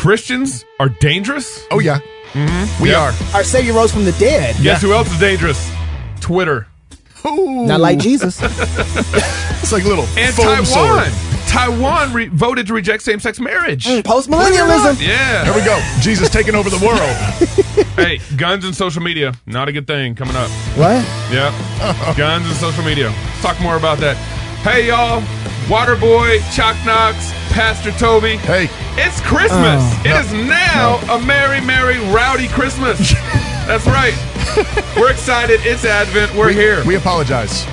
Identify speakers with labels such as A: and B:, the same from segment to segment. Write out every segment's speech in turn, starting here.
A: Christians are dangerous?
B: Oh yeah, we
A: Yeah.
B: are.
C: Our Savior rose from the dead.
A: Guess who else is dangerous? Twitter.
B: Ooh.
C: Not like Jesus.
B: It's like little
A: And
B: foam
A: Taiwan.
B: sword.
A: Taiwan re- voted to reject same sex marriage.
C: Post millennialism.
A: Yeah.
B: There we go. Jesus taking over the world.
A: hey, guns and social media. Not a good thing coming up.
C: What?
A: Yeah. Guns and social media. Let's talk more about that. Hey, y'all. Waterboy, Chalk Knox, Pastor Toby.
B: Hey,
A: It's Christmas. It is now a merry, merry, rowdy Christmas. That's right. We're excited. It's Advent. We're here.
B: we apologize.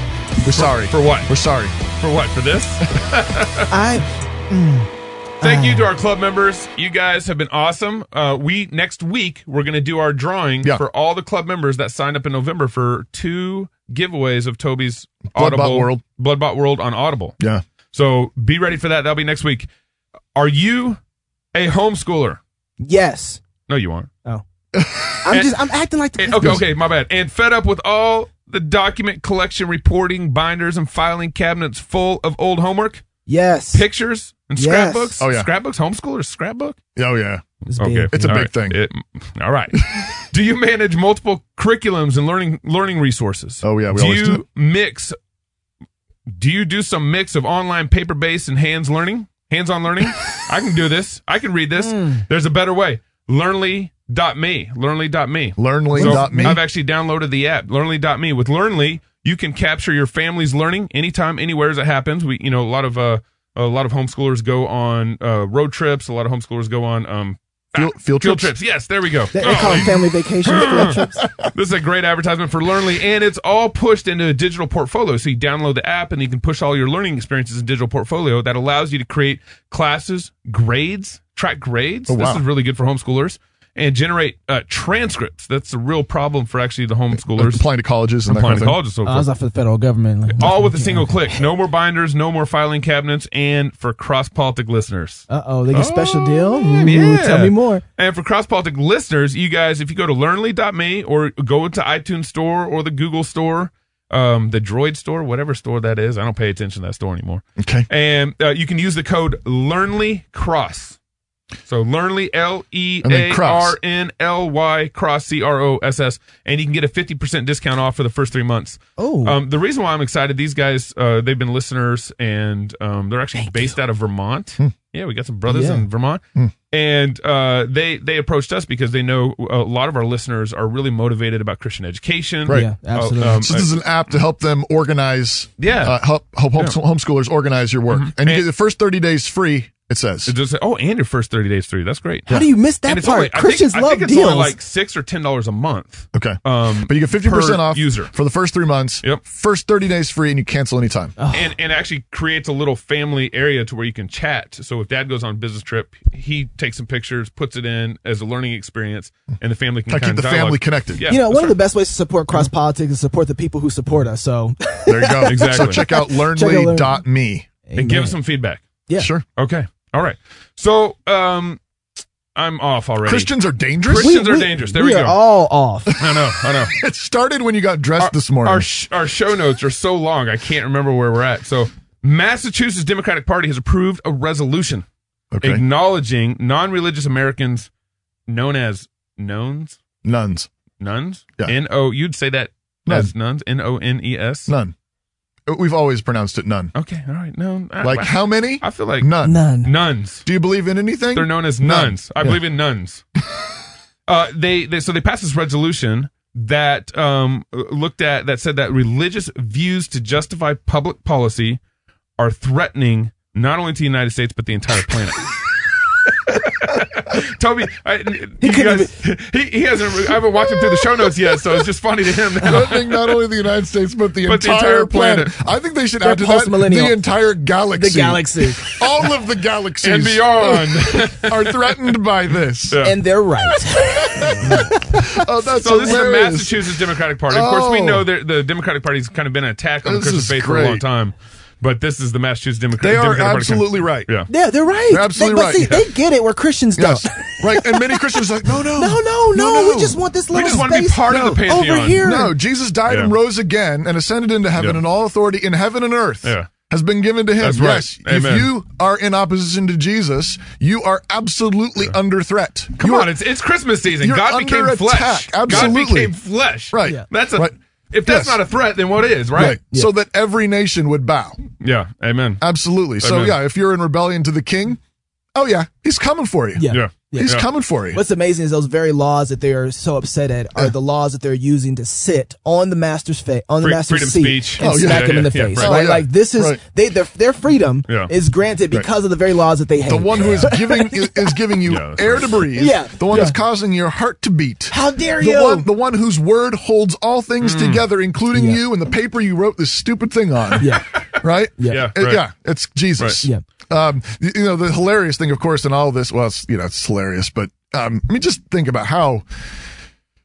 B: We're sorry.
A: for what?
B: We're sorry.
A: For what? For this?
C: I
A: Thank you to our club members. You guys have been awesome. Uh, we next week we're going to do our drawing
B: Yeah.
A: for all the club members that signed up in November for two giveaways of Toby's
B: Blood Bought
A: Audible
B: World.
A: Bloodbot World on Audible.
B: Yeah.
A: So be ready for that. That'll be next week. Are you a homeschooler?
C: yes.
A: No, you aren't.
C: Oh. I'm just I'm acting like the
A: And- okay, okay, my bad. And fed up with all the document collection, reporting, binders, and filing cabinets full of old homework,
C: Yes.
A: pictures, and
C: Yes.
A: scrapbooks.
B: Oh, yeah.
A: Scrapbooks, homeschoolers, scrapbook.
B: Oh yeah.
C: It's big.
A: Okay,
B: It's a
A: All
B: big
A: right.
B: thing.
A: It- all right. do you manage multiple curriculums and learning learning resources?
B: Oh, yeah, we
A: do
B: always
A: you
B: do.
A: mix? Do you do some mix of online paper based and hands learning? Hands on learning. I can do this. I can read this.
C: Hmm.
A: There's a better way. Learnly.me. Learnly.me.
B: Learnly.me.
A: So I've actually downloaded the app, Learnly.me. With Learnly, you can capture your family's learning anytime, anywhere as it happens. We, you know, a lot of uh, a lot of homeschoolers go on uh, road trips. A lot of homeschoolers go on um,
B: Field, field
A: field
B: trips.
A: trips. Yes, there we go. Oh,
C: They, they call them family vacations. field trips.
A: this is a great advertisement for Learnly, and it's all pushed into a digital portfolio. So you download the app, and you can push all your learning experiences in digital portfolio. That allows you to create classes, grades, track grades.
B: Oh, wow.
A: This is really good for homeschoolers. And generate uh, transcripts. That's a real problem for actually the homeschoolers
B: Applying to colleges and
A: applying
B: that
A: to
B: kind of
A: college and so
C: I
A: forth.
C: was off for the federal government. Like,
A: all with a single click. No more binders, no more filing cabinets, and for cross politic listeners.
C: Uh oh, they get a special
A: Oh,
C: deal.
A: man,
C: Ooh,
A: yeah.
C: Tell me more.
A: And for cross politic listeners, you guys, if you go to learnly.me or go to iTunes Store or the Google Store, um, the Droid Store, whatever store that is, I don't pay attention to that store anymore.
B: thing. Okay.
A: And uh, you can use the code Learnly Cross. So Learnly L E
B: And
A: A
B: then cross.
A: R N L Y Cross C R O S S, and you can get a fifty percent discount off for the first three months.
C: Oh.
A: um, the reason why I'm excited, these guys, uh, they've been listeners, and um, they're actually based out of Vermont. Yeah, we got some brothers
C: Yeah.
A: in Vermont, and uh, they they approached us because they know a lot of our listeners are really motivated about Christian education.
B: Right.
C: Yeah,
A: Uh,
C: absolutely.
A: um,
B: So this is an app to help them organize.
A: Yeah.
B: Uh, help help home, homeschoolers organize your work, Mm-hmm. and you get the first thirty days free. It says.
A: it's just- oh, and your first thirty days free. That's great.
C: How do you miss that
A: and it's
C: part?
A: only I
C: Christians
A: think, I
C: love
A: think it's
C: deals.
A: only like six or ten dollars a month.
B: okay.
A: Um,
B: but you get fifty
A: per
B: percent off
A: user.
B: for the first three months.
A: Yep.
B: First thirty days free, and you cancel anytime.
A: and and actually creates a little family area to where you can chat. So if dad goes on a business trip, he takes some pictures, puts it in as a learning experience, and the family can
B: Gotta
A: kind
B: keep
A: of
B: the
A: dialogue.
B: family connected.
A: Yeah, Mm-hmm.
C: you know,
A: that's
C: one of the
A: right.
C: best ways to support cross politics is support the people who support us. So,
B: There you go.
A: Exactly.
B: So check out
C: Learn-
B: learnly.me.
A: and give us some feedback.
C: Yeah.
B: Sure.
A: Okay, all right. So um, I'm off already.
B: Christians are dangerous.
A: Christian- Christians are dangerous. There we
C: are
A: go.
C: all off.
A: I know, I know.
B: it started when you got dressed this morning.
A: Our sh- our show notes are so long, I can't remember where we're at. So Massachusetts Democratic Party has approved a resolution
B: okay.
A: acknowledging non-religious Americans known as nones.
B: Nuns.
A: Nuns?
B: Yeah.
A: N O. You'd say that
B: Nun.
A: as nuns. N O N E S.
B: None. We've always pronounced it none.
A: Okay. All right. No. I-
B: Like
A: I,
B: how many?
A: Ah, I feel like
B: None.
C: None.
A: nuns.
B: Do you believe in anything?
A: They're known as
B: None.
A: nuns. I believe in nuns. uh, they, they so they passed this resolution that um, looked at that said that religious views to justify public policy are threatening not only to the United States but the entire planet. Toby, I, he, guys, he, he hasn't. I haven't walked him through the show notes yet, so it's just funny to him. Now.
B: I think not only the United States, but the,
A: But the
B: entire,
A: entire
B: planet.
A: planet.
B: I think they should
C: They're
B: add to that
C: post-millennial.
B: the entire galaxy.
C: The galaxy.
B: All of the galaxies
A: and beyond.
B: are threatened by this.
A: Yeah.
C: and they're right.
B: Oh, that's
A: So this is the
B: hilarious.
A: Massachusetts Democratic Party. Of course, we
B: Oh.
A: know that the Democratic Party's kind of been an attack on the
B: This
A: Christian
B: is
A: faith for a long
B: great.
A: time, but this is the Massachusetts Democrat-
B: They are
A: Democratic Party.
B: absolutely right.
A: Yeah.
C: Yeah, they're right.
B: They're absolutely
C: They-
B: right.
C: But see, they get it where Christians
B: Yes.
C: don't.
B: right. And many Christians are like, no, no.
C: No, no, no, We just want this
A: We
C: little
A: just want to be
C: space
A: part of the pantheon.
C: over here.
B: No, Jesus died
A: Yeah.
B: and rose again and ascended into heaven
A: Yeah.
B: and all authority in heaven and earth.
A: Yeah.
B: has been given to him.
A: That's right.
B: Yes.
A: Amen.
B: If you are in opposition to Jesus, you are absolutely under threat.
A: Come
B: you
A: on,
B: are-
A: it's it's Christmas season.
B: you're
A: God
B: under
A: became flesh.
B: attack. Absolutely.
A: God became flesh.
B: Right.
C: Yeah.
A: That's a.
B: Right.
A: If that's
B: Yes.
A: not a threat, then what is? Right.
B: right. Uh, So that every nation would bow.
A: Yeah. Amen.
B: Absolutely. So
A: Amen.
B: yeah, if you're in rebellion to the king, oh yeah, he's coming for you.
A: yeah.
B: He's
A: Yeah.
B: coming for you.
C: What's amazing is those very laws that they are so upset at are the laws that they're using to sit on the master's face, on the
A: Free-
C: master's
A: freedom
C: seat,
A: speech.
C: and
B: Oh, yeah,
C: smack
A: yeah,
C: them in
A: yeah,
C: the
A: yeah,
C: face.
A: right.
C: Right.
B: Oh, yeah.
C: Like this is
B: Right.
C: they their their freedom
A: Yeah.
C: is granted because of the very laws that they hate.
B: the one who is giving is, is giving you
A: Yeah, that's
B: air
A: right.
B: to breathe.
C: Yeah.
B: The one that's causing your heart to beat.
C: How dare
B: the
C: you?
B: one the one whose word holds all
A: Hmm.
B: things together, including
C: Yeah.
B: you and the paper you wrote this stupid thing on.
C: yeah.
B: Right?
A: Yeah,
B: It-
A: right.
B: uh, yeah. It's Jesus.
C: Right.
B: Um, you, you know, the hilarious thing, of course, in all this, well, it's, you know, it's hilarious, but, um, I mean, just think about how,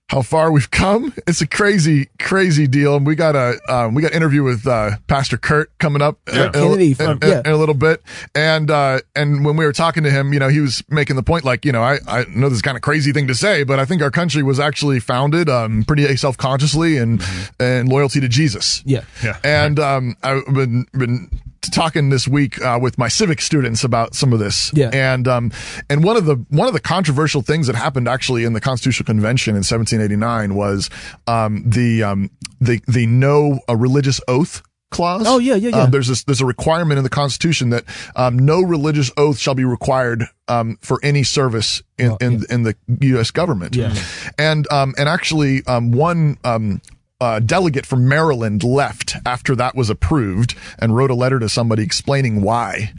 B: how far we've come. It's a crazy, crazy deal. And we got a, um, we got an interview with, uh, Pastor Kurt coming up uh,
A: Yeah.
B: in, a-
C: Kennedy from-
B: in-
C: yeah.
B: in a little bit. And, uh, and when we were talking to him, you know, he was making the point, like, you know, I, I know this is kind of crazy thing to say, but I think our country was actually founded, um, pretty self-consciously and, and loyalty to Jesus.
C: Mm-hmm. Yeah.
A: Yeah.
B: And um, I've been been talking this week uh, with my civic students about some of this.
C: Yeah.
B: And um, and one of the one of the controversial things that happened actually in the Constitutional Convention in 1789 was um, the um, the the no a religious oath clause.
C: Oh, yeah, yeah, yeah.
B: Um, there's this there's a requirement in the Constitution that um, no religious oath shall be required um, for any service in in, in the U.S. government.
C: Yeah.
B: And um, and actually, um, one um, uh, delegate from Maryland left after that was approved and wrote a letter to somebody explaining why.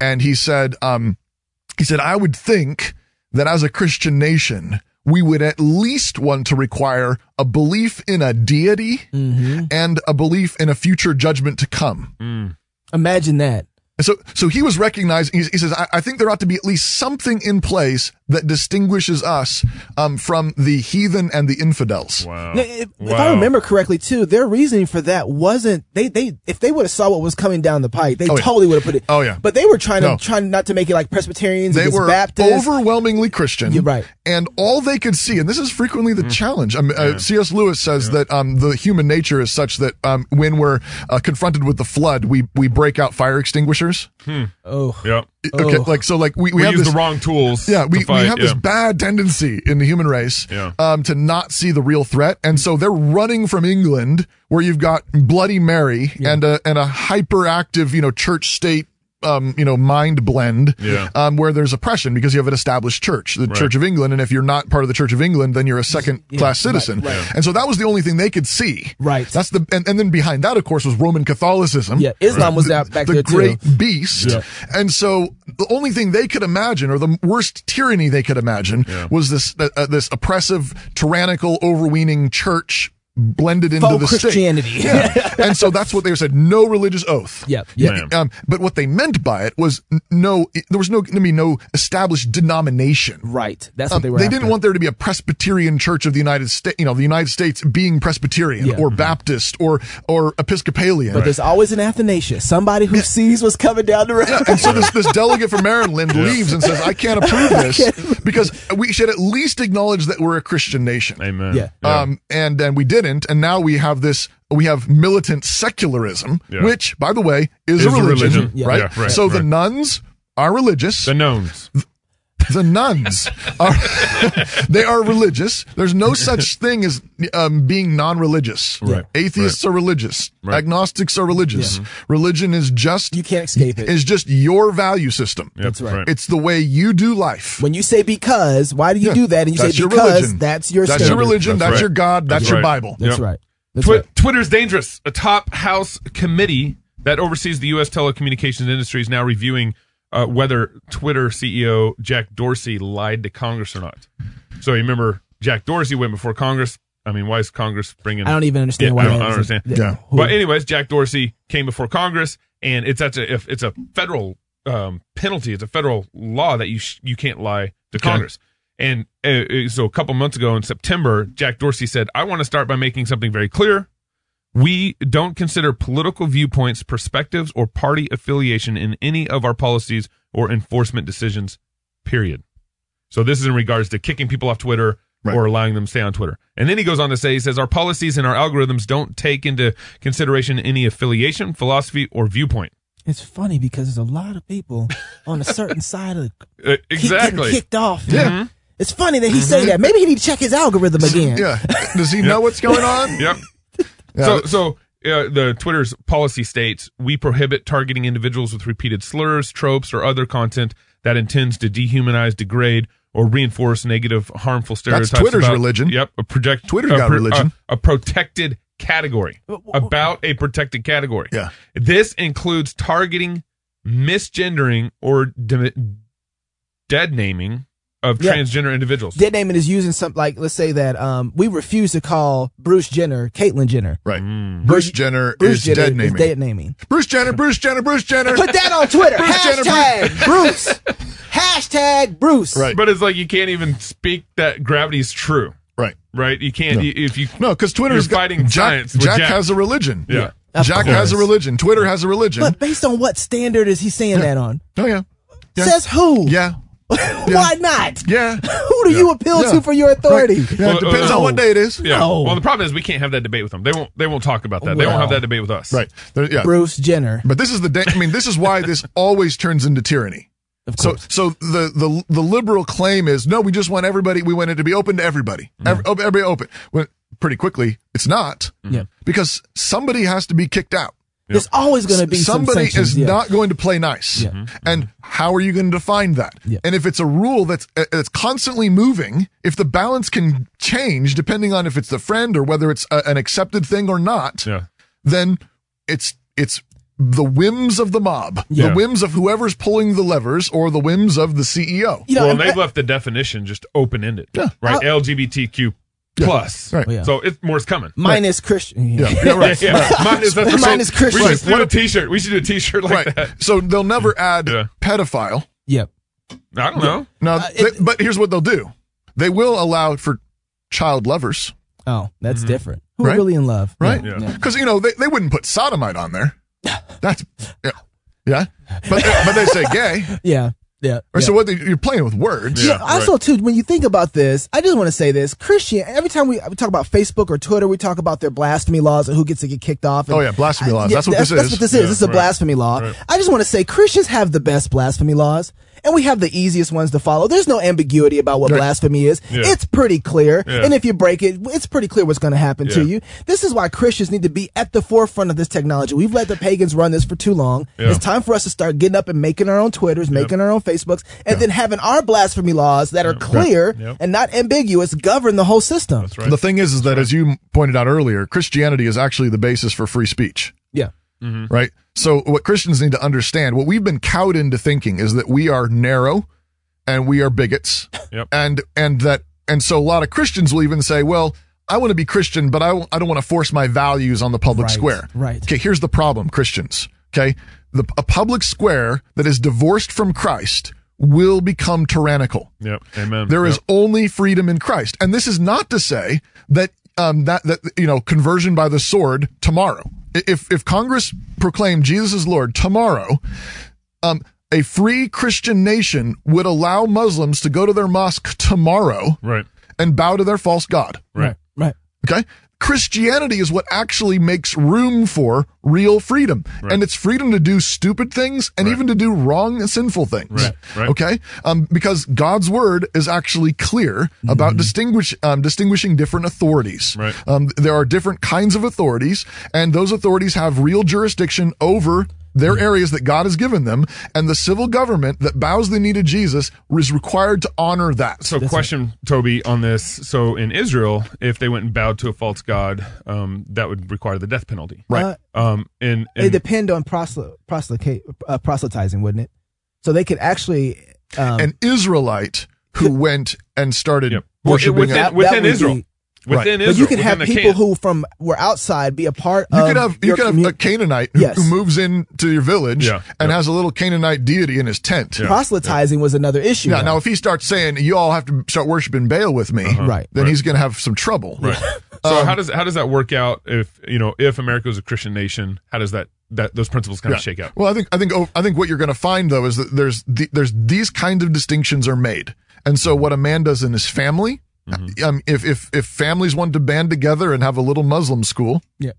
B: And he said, um, he said, I would think that as a Christian nation, we would at least want to require a belief in a deity and a belief in a future judgment to come.
C: Imagine that.
B: And so, so he was recognizing, he, he says, I, I think there ought to be at least something in place that distinguishes us um, from the heathen and the infidels.
A: Wow.
C: Now, If, if I remember correctly, too, their reasoning for that wasn't they they if they would have saw what was coming down the pike, they
B: Oh, yeah.
C: totally would have put it.
B: Oh, yeah.
C: but they were trying to
B: No.
C: trying not to make it like Presbyterians.
B: They
C: against
B: were
C: Baptists.
B: overwhelmingly Christian.
C: You're right.
B: And all they could see, and this is frequently
A: Mm.
B: the challenge. Um, uh, C.S. Lewis says that um, the human nature is such that um, when we're uh, confronted with the flood, we, we break out fire extinguishers.
C: oh,
A: Yep.
B: Okay.
C: Oh.
B: Like, so like we,
A: We,
B: we, have
A: use
B: this,
A: the wrong tools.
B: Yeah, we,
A: to fight,
B: we have this
A: yeah.
B: bad tendency in the human race
A: Yeah.
B: um, to not see the real threat, and so they're running from England, where you've got Bloody Mary and a and a hyperactive, you know, church state. Um, you know, mind blend,
A: Yeah.
B: um, where there's oppression because you have an established church, the Church of England, and if you're not part of the Church of England, then you're a second class citizen. And so that was the only thing they could see.
C: Right.
B: That's the and, and then behind that, of course, was Roman Catholicism.
C: Yeah, Islam was that back
B: the
C: there, too.
B: great beast. And so the only thing they could imagine, or the worst tyranny they could imagine, was this uh, uh, this oppressive, tyrannical, overweening church blended into
C: Faux
B: the
C: Christianity.
B: state. Yeah. and so that's what they said: no religious oath.
C: Yep, yep.
A: Man.
B: Um, but what they meant by it was n- no. There was no going to be no established denomination.
C: right. That's
B: Um,
C: what
B: they
C: they were.
B: didn't
C: after.
B: want there to be a Presbyterian Church of the United States, you know, the United States being Presbyterian
C: Yeah.
B: or Baptist or or Episcopalian.
C: But there's always an Athanasius, somebody who sees what's coming down the road.
B: And so this, this delegate from Maryland leaves and says, I can't approve this because we should at least acknowledge that we're a Christian nation.
A: Amen.
C: Yeah. Uh,
B: Um, and then we didn't. And now we have this, we have militant secularism,
A: Yeah.
B: which, by the way, is, a
A: Is a
B: religion,
A: religion.
C: Yeah.
B: Right?
A: Yeah, right,
B: So the
A: right.
B: nuns are religious.
A: The knowns.
B: the nuns are, they are religious. There's no such thing as um, being non-religious.
A: Right.
B: Atheists are religious. Agnostics are religious. Religion is just
C: you can't escape it.
B: is just your value system.
A: That's
C: right.
B: It's the way you do life.
C: When you say because, why do you do that? And you say
B: That's your
C: because
B: religion.
C: that's your
B: that's your
C: standard.
B: religion.
A: That's
B: That's
A: right.
B: your God. That's,
A: That's
B: your
A: right.
B: Bible.
C: That's
A: Yep.
C: right. That's
A: Twi-
C: right.
A: Twitter's dangerous. A top House committee that oversees the U.S. telecommunications industry is now reviewing uh, whether Twitter CEO Jack Dorsey lied to Congress or not. So you remember Jack Dorsey went before Congress. I mean, why is Congress bringing?
C: I don't even understand
A: Yeah,
C: why.
A: I don't-
C: that
A: I don't
C: is a-
A: understand.
B: Yeah.
C: who-
A: But anyways, Jack Dorsey came before Congress, and it's such a if it's a federal um, penalty. It's a federal law that you sh- you can't lie to Congress. And uh, uh, so a couple months ago in September, Jack Dorsey said, "I want to start by making something very clear. We don't consider political viewpoints, perspectives, or party affiliation in any of our policies or enforcement decisions. Period." So this is in regards to kicking people off Twitter
B: Right.
A: or allowing them to stay on Twitter. And then he goes on to say, he says, our policies and our algorithms don't take into consideration any affiliation, philosophy, or viewpoint.
C: It's funny because there's a lot of people on a certain side of the
A: Uh,
C: keep getting
A: exactly.
C: kicked off.
B: Yeah. Mm-hmm.
C: It's funny that he say that. Maybe he need to check his algorithm again.
B: Yeah. Does he know what's going on?
A: Yep. so, so uh, the Twitter's policy states we prohibit targeting individuals with repeated slurs, tropes, or other content that intends to dehumanize, degrade, or reinforce negative, harmful stereotypes.
B: Twitter's
A: about-
B: religion.
A: Yep. A project.
B: Twitter's
A: a
B: got religion.
A: A, a protected category. About a protected category.
B: Yeah.
A: This includes targeting, misgendering, or de- dead naming of
C: Yeah.
A: transgender individuals.
C: Dead naming is using some like let's say that um we refuse to call Bruce Jenner Caitlyn Jenner.
B: Right.
A: Mm.
B: Bruce Jenner
C: Bruce
B: is
C: Jenner
B: dead naming.
C: is dead naming.
B: Bruce Jenner, Bruce Jenner, Bruce Jenner.
C: Put that on Twitter.
B: Bruce Jenner,
C: Hashtag Bruce. Hashtag Bruce.
B: Right.
A: But it's like you can't even speak that gravity's true.
B: right.
A: right? You can't you- if you
B: No, because Twitter's
A: You're fighting
B: got,
A: giants
B: Jack,
A: with
B: Jack
A: Jack.
B: has a religion.
A: Yeah.
C: Of
B: Jack
C: course.
B: has a religion. Twitter has a religion.
C: But based on what standard is he saying that on?
B: oh yeah. Yeah.
C: Says who?
B: Yeah.
C: Why not?
B: Yeah.
C: who do you appeal
B: Yeah.
C: to for your authority?
B: Yeah,
A: Well,
B: it depends
A: uh,
B: on what day it is.
A: yeah.
C: No.
A: Well, the problem is we can't have that debate with them. They won't. They won't talk about that. They won't
C: Well.
A: have that debate with us.
B: Right. There- yeah.
C: Bruce Jenner.
B: But this is the day. I mean, this is why this always turns into tyranny.
C: Of
B: So, so the, the the liberal claim is no, we just want everybody. We want it to be open to everybody. Ev- op- everybody open. Well, pretty quickly, it's not.
C: Yeah.
B: Because somebody has to be kicked out.
C: There's always going to be some
B: somebody
C: sanctions,
B: is
C: yeah.
B: not going to play nice.
C: Yeah.
B: And how are you going to define that?
C: Yeah.
B: And if it's a rule that's uh, that's constantly moving, if the balance can change depending on if it's the friend or whether it's a, an accepted thing or not,
A: Yeah.
B: then it's it's the whims of the mob,
A: Yeah.
B: the whims of whoever's pulling the levers or the whims of the E CEO.
C: You know,
A: well,
C: and-
A: and they've left the definition just open ended.
B: Yeah.
A: Right. LGBTQ plus.
B: Right.
C: Yeah.
A: So it's more is coming.
C: minus Christian.
B: Yeah, yeah, right.
A: Yeah, yeah. Mine is, that's what
C: Mine
A: I'm
C: is
A: saying.
C: Christian.
A: We should do a T-shirt. We should do a T-shirt like
B: Right.
A: that.
B: So they'll never add
A: Yeah.
B: pedophile.
C: Yep.
A: I don't know.
B: Now,
C: Uh, it-
B: they- but here's what they'll do: they will allow for child lovers,
C: Oh, that's different. Who
B: Right?
C: are really in love?
B: right?
A: Yeah.
B: Because you know they, they wouldn't put sodomite on there. That's yeah, yeah. But they, but they say gay.
C: Yeah. Yeah.
B: Or
C: yeah.
B: so what? They, you're playing with words.
A: Yeah,
C: Yeah, also too, when you think about this, I just want to say this: Christian. Every time we, we talk about Facebook or Twitter, we talk about their blasphemy laws and who gets to get kicked off. and-
B: Oh yeah, blasphemy laws.
C: Yeah,
B: that's what this
C: that's
B: is.
C: what this is. This is a blasphemy law. I just want to say Christians have the best blasphemy laws, and we have the easiest ones to follow. There's no ambiguity about what blasphemy is.
A: Yeah.
C: It's pretty clear,
A: Yeah.
C: and if you break it, it's pretty clear what's going to happen to
A: Yeah.
C: you. This is why Christians need to be at the forefront of this technology. We've let the pagans run this for too long.
A: Yeah.
C: It's time for us to start getting up and making our own Twitters, making our own Facebooks, and then having our blasphemy laws that are clear
A: Yep.
C: and not ambiguous govern the whole system.
A: That's right.
B: The thing is, is that as you pointed out earlier, Christianity is actually the basis for free speech.
C: Yeah.
A: Mm-hmm.
B: right? So what Christians need to understand, what we've been cowed into thinking is that we are narrow and we are bigots.
A: Yep.
B: And and that and so a lot of Christians will even say, well, I want to be Christian, but I, w- I don't want to force my values on the public
C: Right,
B: square.
C: right.
B: Okay, here's the problem, Christians. Okay? The a public square that is divorced from Christ will become tyrannical.
A: Yep. Amen.
B: There is
A: Yep.
B: only freedom in Christ. And this is not to say that um that that you know conversion by the sword tomorrow. I- If if Congress proclaimed Jesus is Lord tomorrow, um a free Christian nation would allow Muslims to go to their mosque tomorrow
A: Right.
B: and bow to their false god.
A: Right.
C: Right.
B: Okay? Christianity is what actually makes room for real freedom. And it's freedom to do stupid things and even to do wrong and sinful things.
A: Right, right.
B: Okay? Um, because God's word is actually clear about distinguish, um, distinguishing different authorities.
A: Mm-hmm. Right.
B: Um, there are different kinds of authorities, and those authorities have real jurisdiction over their
A: Mm-hmm.
B: areas that God has given them. And the civil government that bows the knee to Jesus is required to honor that.
A: So, question, Toby, on this. So, in Israel, if they went and bowed to a false god, um, that would require the death penalty.
B: Right.
C: Uh,
A: Um, and,
C: it
A: and
C: depend on prosely- proselyte- uh, proselytizing, wouldn't it? So they could actually. Um,
B: an Israelite who went and started
A: Yep. Well, it-
B: worshiping.
A: within-
B: a-
C: that- that
A: within
C: would
A: Israel.
C: be-
A: within Israel,
C: but you could
A: within
C: have
A: the
C: people
A: camp-
C: who from were outside be a part
B: you
C: of.
B: could have you
C: your
B: could have
C: commu-
B: a Canaanite who,
C: Yes.
B: who moves into your village
A: Yeah.
B: and has a little Canaanite deity in his tent.
C: proselytizing was another issue.
B: Now, now, if he starts saying you all have to start worshiping Baal with me,
C: Uh-huh. Right.
B: then he's going to have some trouble.
A: Right. So
C: Um,
A: how does how does that work out if you know if America was a Christian nation? How does that that those principles kind
B: Yeah.
A: of shake out?
B: Well, I think I think oh, I think what you're going to find though is that there's the, there's these kinds of distinctions are made, and so what a man does in his family,
A: Mm-hmm.
B: um, if if if families want to band together and have a little Muslim school,
C: Yeah.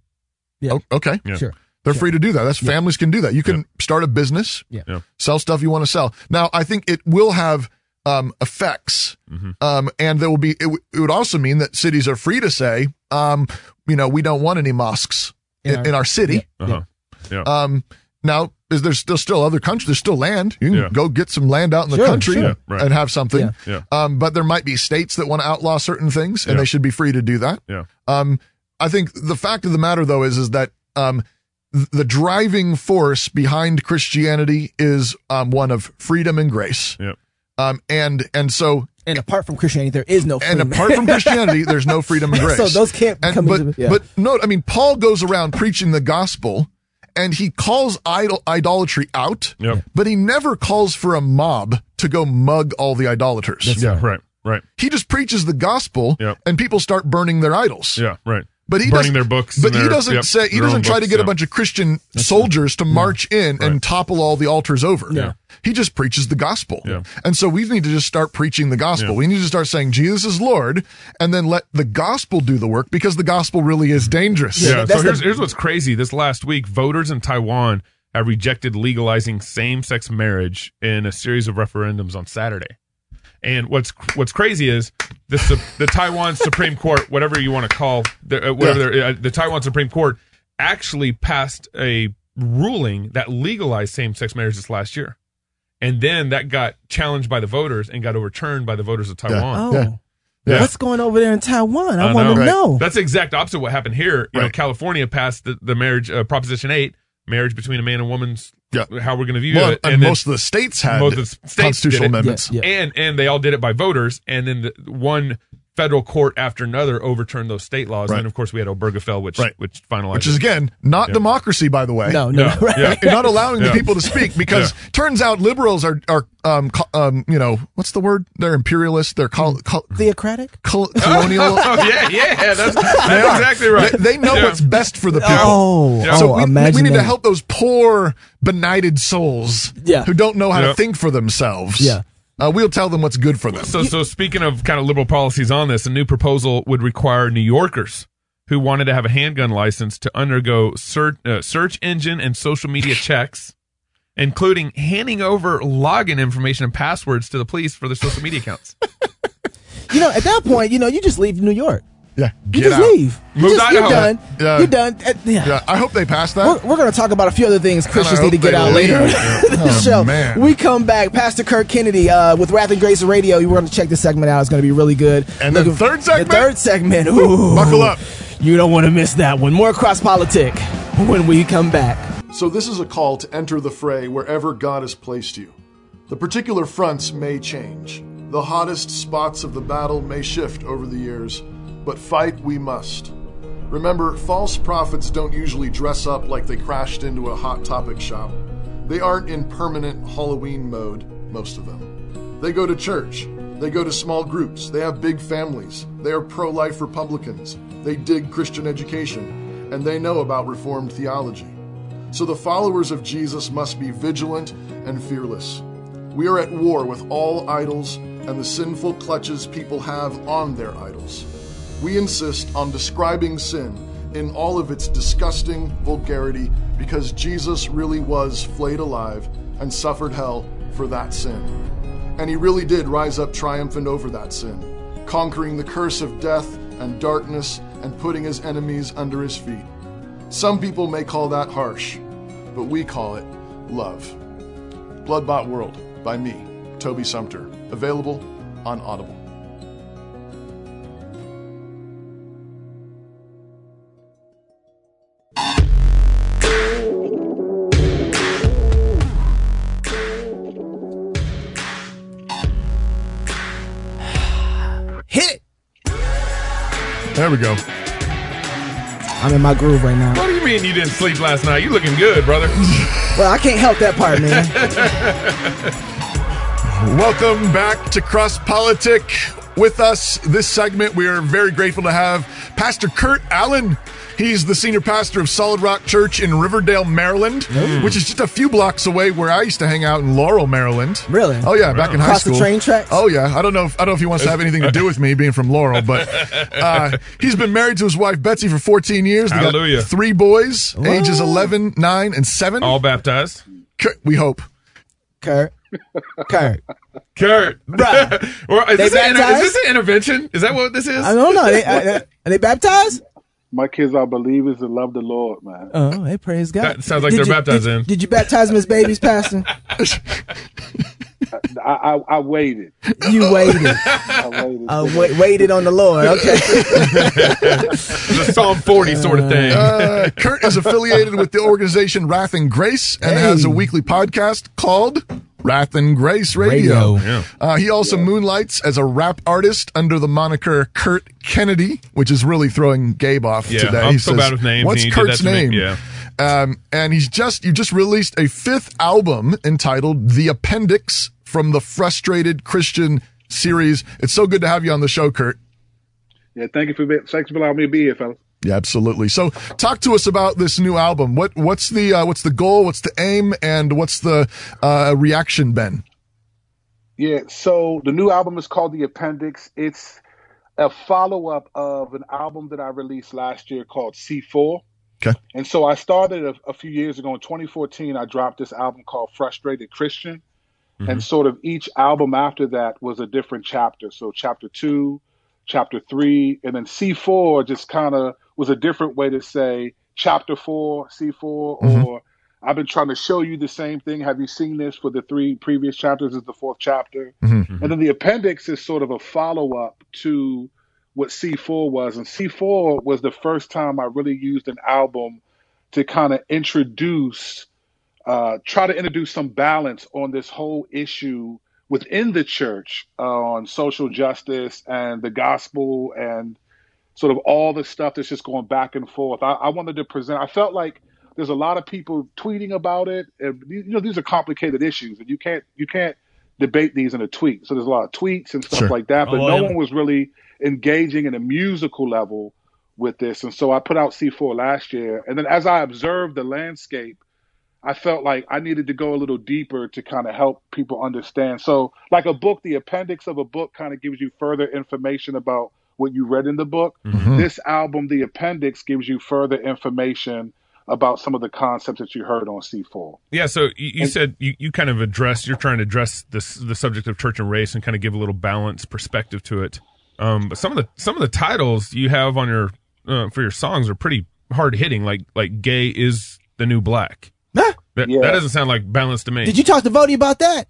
C: Yeah.
B: o- okay,
A: Yeah.
C: Sure.
B: They're free to do that. That's families can do that. You can start a business,
D: Yeah.
A: Yeah.
B: sell stuff you want to sell. Now, I think it will have um, effects,
A: Mm-hmm.
B: um, and there will be. It, w- it would also mean that cities are free to say, um, you know, we don't want any mosques in,
D: In
B: in,
D: our-
B: our, city.
A: Uh-huh.
B: Um, now, is there's still still other countries? There's still land. You can
A: Yeah.
B: go get some land out in the
C: Sure,
B: country
C: sure. Yeah,
A: right.
B: and have something.
C: Yeah.
A: Yeah.
B: Um, but there might be states that want to outlaw certain things, and
A: Yeah.
B: they should be free to do that.
A: Yeah.
B: Um, I think the fact of the matter, though, is is that um, th- the driving force behind Christianity is um, one of freedom and grace.
A: Yep.
B: Um, and and so
C: And apart from Christianity, there is no.
B: and
C: free man.
B: apart from Christianity, there's no freedom and grace.
C: So those can't
B: And-
C: come
B: but,
C: into- yeah.
B: But no, I mean Paul goes around preaching the gospel, and he calls idol idolatry out.
A: Yep.
B: But he never calls for a mob to go mug all the idolaters.
A: Yeah. Right. Right.
B: He just preaches the gospel,
A: Yep.
B: and people start burning their idols.
A: Yeah. Right.
B: But he
A: burning
B: doesn't-
A: their books.
B: But
A: and
B: he
A: their-
B: doesn't
A: yep,
B: say he
A: their own
B: doesn't try to
A: books,
B: get
A: yeah.
B: a bunch of Christian soldiers to march in and topple all the altars over. He just preaches the gospel.
A: Yeah.
B: And so we need to just start preaching the gospel.
A: Yeah.
B: We need to start saying Jesus is Lord and then let the gospel do the work because the gospel really is dangerous.
A: Yeah.
C: that's
A: so here's,
C: the-
A: here's what's crazy. This last week, voters in Taiwan have rejected legalizing same-sex marriage in a series of referendums on Saturday. And what's what's crazy is the Sup- the Taiwan Supreme Court, whatever you want to call the, uh, whatever the, uh, the Taiwan Supreme Court actually passed a ruling that legalized same-sex marriage this last year. And then that got challenged by the voters and got overturned by the voters of Taiwan.
C: oh,
B: Yeah.
A: Yeah.
C: what's going over there in Taiwan? I,
A: I
C: want
A: know.
C: to
A: Right.
C: know.
A: That's the exact opposite of what happened here. You know,
B: Right.
A: California passed the, the marriage uh, Proposition Eight, marriage between a man and woman's.
B: Yeah.
A: How we're going to view
B: Well,
A: it,
B: and,
A: then-
B: most of the states had
A: most of the states did
B: constitutional
A: it.
B: amendments.
C: Yeah, yeah.
A: and and they all did it by voters, and then the, one federal court after another overturned those state laws,
B: Right.
A: and then of course we had Obergefell, which
B: Right.
A: which finalized.
B: Which is again not democracy, by the way.
C: No, no,
A: yeah,
C: right.
A: yeah.
B: You're not allowing
A: Yeah.
B: the people to speak because turns out liberals are are um, co- um you know what's the word? They're imperialists. They're col- col-
C: Theocratic.
B: col- colonial.
A: oh yeah, yeah, that's, that's
B: They are.
A: exactly right.
B: They, they know
A: Yeah.
B: what's best for the people.
C: Oh,
A: Yeah.
B: So
C: oh,
B: we,
C: imagine
B: we need to
C: that.
B: help those poor benighted souls
C: Yeah.
B: who don't know how
A: Yeah.
B: to think for themselves.
C: Yeah.
B: Uh, we'll tell them what's good for them.
A: So, so speaking of kind of liberal policies on this, a new proposal would require New Yorkers who wanted to have a handgun license to undergo search, uh, search engine and social media checks, including handing over login information and passwords to the police for their social media accounts.
C: You know, at that point, you know, you just leave New York.
B: yeah.
C: You
B: Get
C: just
B: out.
C: leave. You
A: Move to
C: just, you're
A: Idaho.
C: done.
B: Yeah.
C: You're done. Uh, yeah.
B: Yeah. I hope they pass that.
C: We're, we're going to talk about a few other things Christians
B: I
C: need to
B: hope
C: get
B: they
C: out
B: leave.
C: later.
B: Yeah.
C: in the
B: Oh,
C: show.
B: man.
C: We come back. Pastor Kirk Kennedy uh, with Wrath and Grace Radio. We're going to check this segment out. It's going to be really good.
B: And the third segment?
C: The third segment. Ooh.
B: Buckle up.
C: You don't want to miss that one. More cross politic when we come back.
B: So, this is a call to enter the fray wherever God has placed you. The particular fronts may change, the hottest spots of the battle may shift over the years, but fight we must. Remember, false prophets don't usually dress up like they crashed into a Hot Topic shop. They aren't in permanent Halloween mode, most of them. They go to church, they go to small groups, they have big families, they are pro life Republicans, they dig Christian education, and they know about Reformed theology. So the followers of Jesus must be vigilant and fearless. We are at war with all idols and the sinful clutches people have on their idols. We insist on describing sin in all of its disgusting vulgarity because Jesus really was flayed alive and suffered hell for that sin. And he really did rise up triumphant over that sin, conquering the curse of death and darkness and putting his enemies under his feet. Some people may call that harsh, but we call it love. Bloodbot World by me, Toby Sumter, available on Audible.
C: Hit it.
B: There we go.
C: I'm in my groove right now.
A: What do you mean you didn't sleep last night? You looking good, brother?
C: Well, I can't help that part, man.
B: Welcome back to Cross Politic. With us this segment, we are very grateful to have Pastor Kurt Allen. He's the senior pastor of Solid Rock Church in Riverdale, Maryland,
C: Mm.
B: which is just a few blocks away where I used to hang out in Laurel, Maryland.
C: Really?
B: Oh yeah, back in high
C: Across the
B: school.
C: train tracks?
B: Oh yeah. I don't know. If, I don't know if he wants to have anything to do with me being from Laurel, but uh, he's been married to his wife Betsy for 14 years. They got
A: Hallelujah.
B: Three boys, ages 11, 9, and 7.
A: All baptized.
B: Cur- We hope.
C: Kurt. Kurt.
A: Kurt.
C: Bruh.
A: Or is,
C: They
A: this an, is
C: baptized?
A: this an intervention? Is that what this is?
C: I don't know. They, I, I- are they baptized?
D: My kids are believers and love the Lord, man.
C: Oh, they praise God.
A: That sounds like
C: Did
A: they're
C: you-
A: baptized
C: did-
A: in.
C: Did you baptize them as babies, Pastor?
D: I, I, I waited.
C: You waited.
D: I waited.
C: Uh, wait, waited on the Lord. Okay.
A: It's a Psalm 40 sort of thing.
B: Uh, Kurt is affiliated with the organization Wrath and Grace and has a weekly podcast called Wrath and Grace Radio.
C: Radio.
B: Uh, he also moonlights as a rap artist under the moniker Kurt Kennedy, which is really throwing Gabe off
A: Yeah,
B: today.
A: I'm
B: he
A: so bad with names,
B: What's
A: and he did
B: Kurt's
A: that to me."
B: name?
A: Yeah.
B: Um, and he's just you just released a fifth album entitled The Appendix from the Frustrated Christian series. It's so good to have you on the show, Kurt.
D: Yeah, thank you for be- thanks for allowing me to be here, fellas.
B: Yeah, absolutely. So, talk to us about this new album. What what's the uh, what's the goal? What's the aim? And what's the uh, reaction been?
D: Yeah, so the new album is called The Appendix. It's a follow up of an album that I released last year called C4.
B: Okay.
D: And so I started a, a few years ago in 2014. I dropped this album called Frustrated Christian. And sort of each album after that was a different chapter. So chapter two, chapter three, and then C4 just kind of was a different way to say chapter four, C4, or I've been trying to show you the same thing. Have you seen this for the three previous chapters? This Is the fourth chapter. And then the appendix is sort of a follow up to what C4 was. And C4 was the first time I really used an album to kind of introduce, uh, try to introduce some balance on this whole issue within the church uh, on social justice and the gospel and sort of all the stuff that's just going back and forth. I, I wanted to present, I felt like there's a lot of people tweeting about it. And, you know, these are complicated issues and you can't, you can't debate these in a tweet. So there's a lot of tweets and stuff
B: Sure.
D: like that, but
E: Oh,
D: no
E: yeah.
D: one was really engaging in a musical level with this. And so I put out C4 last year. And then as I observed the landscape, I felt like I needed to go a little deeper to kind of help people understand. So, like a book, the appendix of a book kind of gives you further information about what you read in the book. This album, the appendix, gives you further information about some of the concepts that you heard on C4.
A: Yeah, so you, you said you, you kind of address you're trying to address this the subject of church and race and kind of give a little balance perspective to it. Um, but some of the some of the titles you have on your uh, for your songs are pretty hard hitting, like like "Gay is the New Black."
C: Huh?
A: That,
D: Yeah.
A: that doesn't sound like balance to me.
C: Did you talk to Vody about that?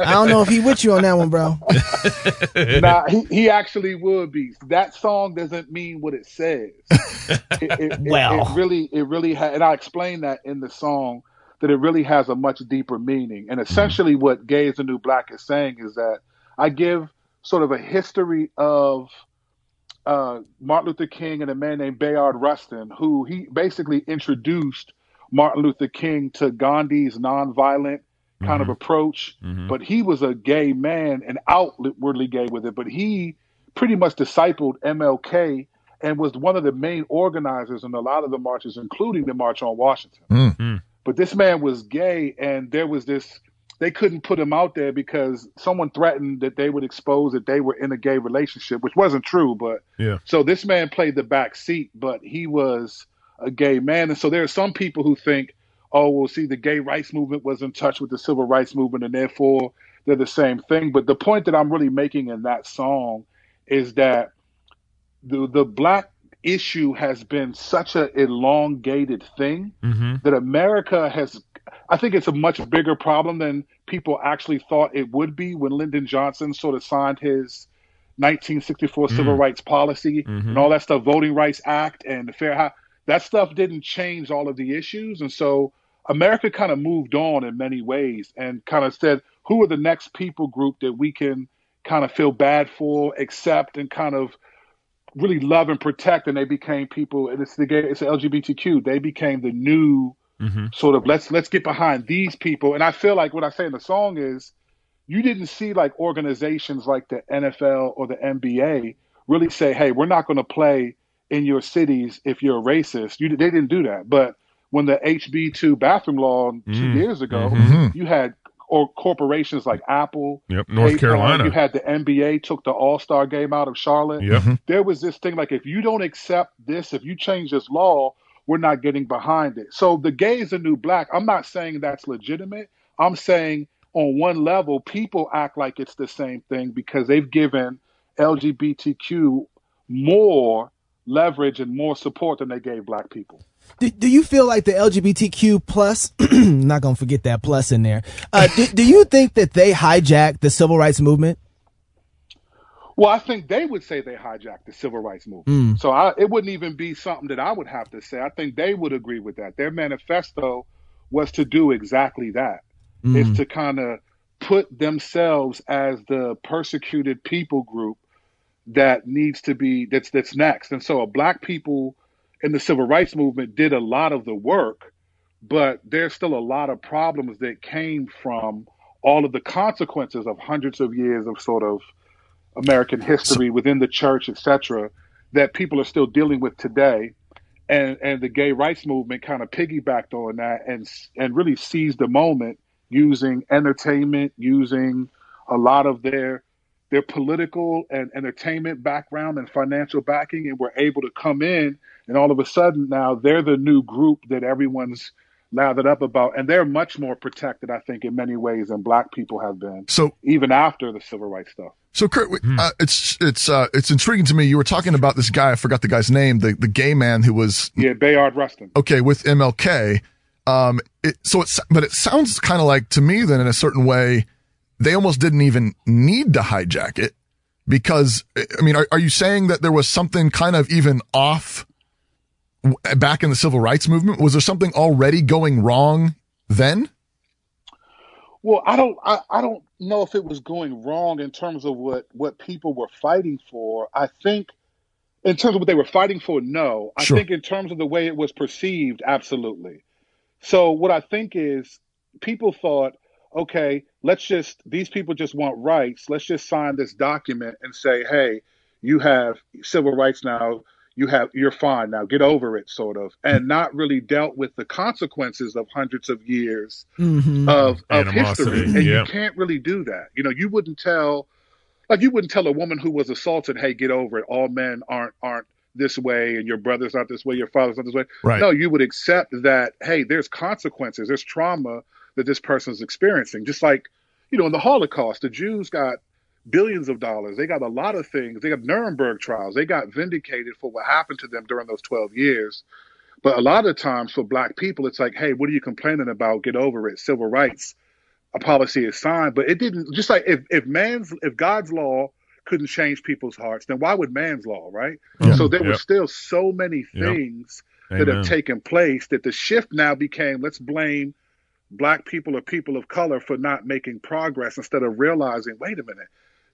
C: I don't know if he with you on that one, bro.
D: nah, he, he actually would be. That song doesn't mean what it says. It, it- it-
E: Well.
D: it really, it really, ha- and I explained that in the song that it really has a much deeper meaning. And essentially, what "Gay is the New Black" is saying is that I give sort of a history of uh, Martin Luther King and a man named Bayard Rustin, who he basically introduced Martin Luther King to Gandhi's nonviolent kind of approach. But he was a gay man and outwardly gay with it. But he pretty much discipled MLK and was one of the main organizers in a lot of the marches, including the March on Washington. But this man was gay, and there was this. They couldn't put him out there because someone threatened that they would expose that they were in a gay relationship, which wasn't true. But
A: Yeah.
D: so this man played the back seat, but he was a gay man. And so there are some people who think, oh, well, see, the gay rights movement was in touch with the civil rights movement, and therefore they're the same thing. But the point that I'm really making in that song is that the, the black issue has been such an elongated thing
A: hmm
D: that America has. I think it's a much bigger problem than people actually thought it would be when Lyndon Johnson sort of signed his 1964 Civil Rights Policy and all that stuff, Voting Rights Act and the Fair House. That stuff didn't change all of the issues, and so America kind of moved on in many ways and kind of said, "Who are the next people group that we can kind of feel bad for, accept, and kind of really love and protect, and they became people. And it's the gay, it's the LGBTQ. They became the new sort of let's let's get behind these people. And I feel like what I say in the song is, you didn't see like organizations like the NFL or the NBA really say, hey, we're not going to play in your cities if you're a racist. You, they didn't do that. But when the HB2 bathroom law two
A: Mm.
D: years ago,
B: Mhm.
D: you had or corporations like Apple,
A: Yep. North
C: uh,
D: PayPal,
A: Carolina.
D: uh, You had the NBA took the All Star game out of Charlotte.
A: yep.
C: Mm-hmm.
D: There was this thing like if you don't accept this, if you change this law, we're not getting behind it. So the gay is a new black. I'm not saying that's legitimate. I'm saying on one level, people act like it's the same thing because they've given LGBTQ more leverage and more support than they gave black people.
C: Do, do you feel like the LGBTQ plus, not gonna forget that plus in there, uh, do, do you think that they hijacked the civil rights movement?
D: Well, I think they would say they hijacked the civil rights movement. So I, it wouldn't even be something that I would have to say. I think they would agree with that. Their manifesto was to do exactly that. Is to kind of put themselves as the persecuted people group that needs to be that's that's next. And so, black people in the civil rights movement did a lot of the work, but there's still a lot of problems that came from all of the consequences of hundreds of years of sort of American history within the church, etc., that people are still dealing with today. And and the gay rights movement kind of piggybacked on that and s- and really seized the moment using entertainment, using a lot of their their political and entertainment background and financial backing, and were able to come in. And all of a sudden, now they're the new group that everyone's lathered up about, and they're much more protected, I think, in many ways than black people have been,
B: So
D: even after the civil rights stuff.
B: So Kurt, w uh, it's it's uh, it's intriguing to me. You were talking about this guy. I forgot the guy's name. The the gay man who was
D: Yeah, Bayard Rustin.
B: okay with MLK. Um, it, so it's but it sounds kind of like to me then in a certain way they almost didn't even need to hijack it because I I mean, are, are you saying that there was something kind of even off w- back in the civil rights movement? Was there something already going wrong then?
D: Well, I don't, I, I don't know if it was going wrong in terms of what what people were fighting for. I think, in terms of what they were fighting for, no. I
B: Sure.
D: think in terms of the way it was perceived, absolutely. So what I think is, people thought, okay, let's just these people just want rights. Let's just sign this document and say, hey, you have civil rights now. You have you're fine now. Get over it, sort of, and not really dealt with the consequences of hundreds of years
C: Mm-hmm.
D: of, of
A: Animosity,
D: history. And
A: yeah.
D: you can't really do that. You know, you wouldn't tell like you wouldn't tell a woman who was assaulted, hey, get over it. All men aren't aren't this way and your brother's not this way, your father's not this way.
B: Right.
D: No, you would accept that, hey, there's consequences, there's trauma that this person's experiencing. Just like, you know, in the Holocaust, the Jews got billions of dollars. They got a lot of things. They got Nuremberg trials. They got vindicated for what happened to them during those 12 years. But a lot of times for black people, it's like, hey, what are you complaining about? Get over it. Civil rights, a policy is signed. But it didn't. Just like if if man's if God's law couldn't change people's hearts, then why would man's law, right?
B: Yeah.
D: So there were
A: Yep.
D: still so many
A: Yep.
D: things that
A: Amen.
D: have taken place that the shift now became let's blame black people or people of color for not making progress instead of realizing wait a minute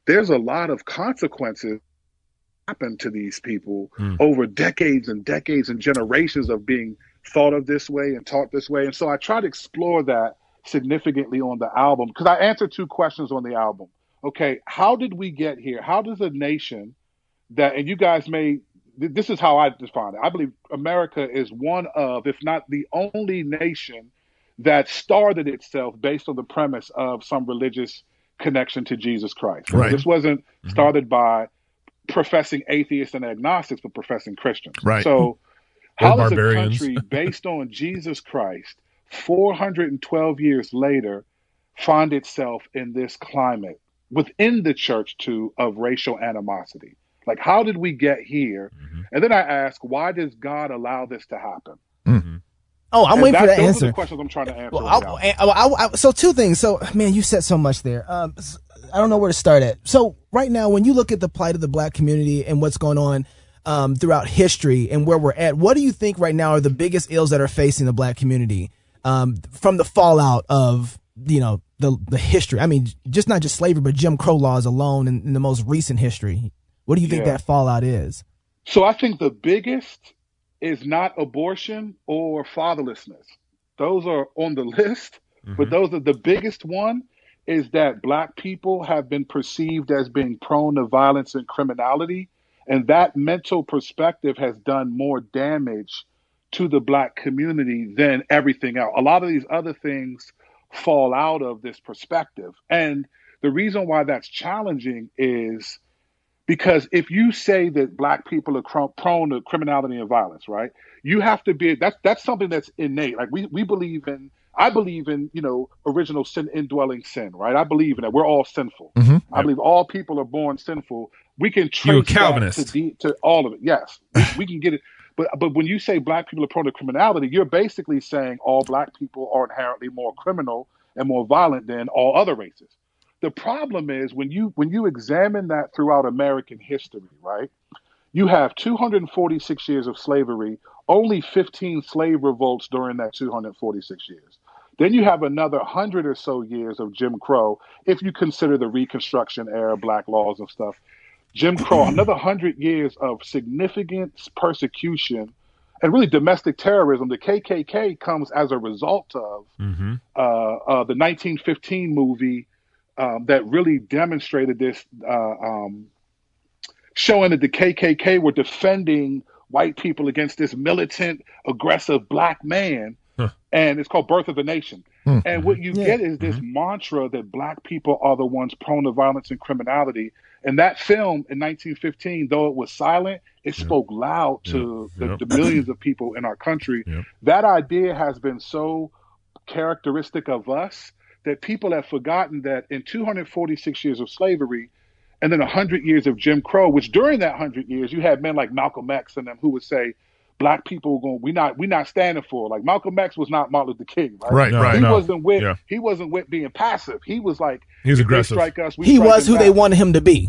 D: there's a lot of consequences happened to these people
A: Mm.
D: over decades and decades and generations of being thought of this way and taught this way and so i try to explore that significantly on the album because i answer two questions on the album okay how did we get here how does a nation that and you guys may th- this is how I define it. I believe America is one of, if not the only nation that started itself based on the premise of some religious connection to Jesus Christ.
B: Right. Mm-hmm.
D: This wasn't started by professing atheists and agnostics, but professing Christians.
B: Right.
D: So how is a
A: barbarians.
D: country based on Jesus Christ 412 years later find itself in this climate within the church too of racial animosity? Like, how did we get here? And then I ask, why does God allow this to happen?
C: Oh, I'm
D: And
C: waiting for that
D: that- those Are
C: answer.
D: the questions I'm trying to answer.
C: Well,
D: right
C: I,
D: now.
C: and- oh, I, I, so two things. So man, you said so much there. Um, s- I don't know where to start at. So right now, when you look at the plight of the black community and what's going on um, throughout history and where we're at, what do you think right now are the biggest ills that are facing the black community um, from the fallout of you know the the history? I mean, j- just not just slavery, but Jim Crow laws alone in, in the most recent history. What do you think
D: Yeah.
C: that fallout is?
D: So I think the biggest is not abortion or fatherlessness. Those are on the list, but those are the biggest one is that black people have been perceived as being prone to violence and criminality And that mental perspective has done more damage to the black community than everything else. A lot of these other things fall out of this perspective. And the reason why that's challenging is because if you say that black people are cr- prone to criminality and violence, right? You have to be that's that's something that's innate. Like we we believe in I believe in, you know, original sin indwelling sin, right? I believe in that. We're all sinful.
B: Mhm.
D: I believe all people are born sinful. We can trace
A: Mm-hmm. You a
D: that
A: Calvinist.
D: to, de- to all of it. Yes, we, we can get it. But but when you say black people are prone to criminality, you're basically saying all black people are inherently more criminal and more violent than all other races. The problem is when you when you examine that throughout American history, right? You have 246 years of slavery, only 15 slave revolts during that 246 years. Then you have another 100 or so years of Jim Crow if you consider the Reconstruction era black laws and stuff. Jim Crow, another 100 years of significant persecution and really domestic terrorism. The KKK comes as a result of
A: Mm-hmm.
D: uh, uh, the 1915 movie um, that really demonstrated this, uh, um, showing that the KKK were defending white people against this militant, aggressive black man.
A: Huh.
D: And it's called Birth of a Nation.
B: Hmm.
D: And what you
C: Yeah.
D: get is this mantra that black people are the ones prone to violence and criminality. And that film in 1915, though it was silent, it spoke loud to
A: Yeah.
D: The, the millions of people in our country.
A: Yeah.
D: That idea has been so characteristic of us that people have forgotten that in 246 years of slavery and then 100 years of Jim Crow, which during that 100 years, you had men like Malcolm X and them who would say, Black people going, we not we not standing for it." like Malcolm X was not Martin Luther King,
B: Right,
D: right?
A: No,
B: right.
D: He wasn't with
A: Yeah.
D: he wasn't with being passive. He was like
A: He was
D: "If they
A: aggressive.
D: strike us, we
C: he
D: strike
C: was
D: them
C: who they
D: back."
C: wanted him to be.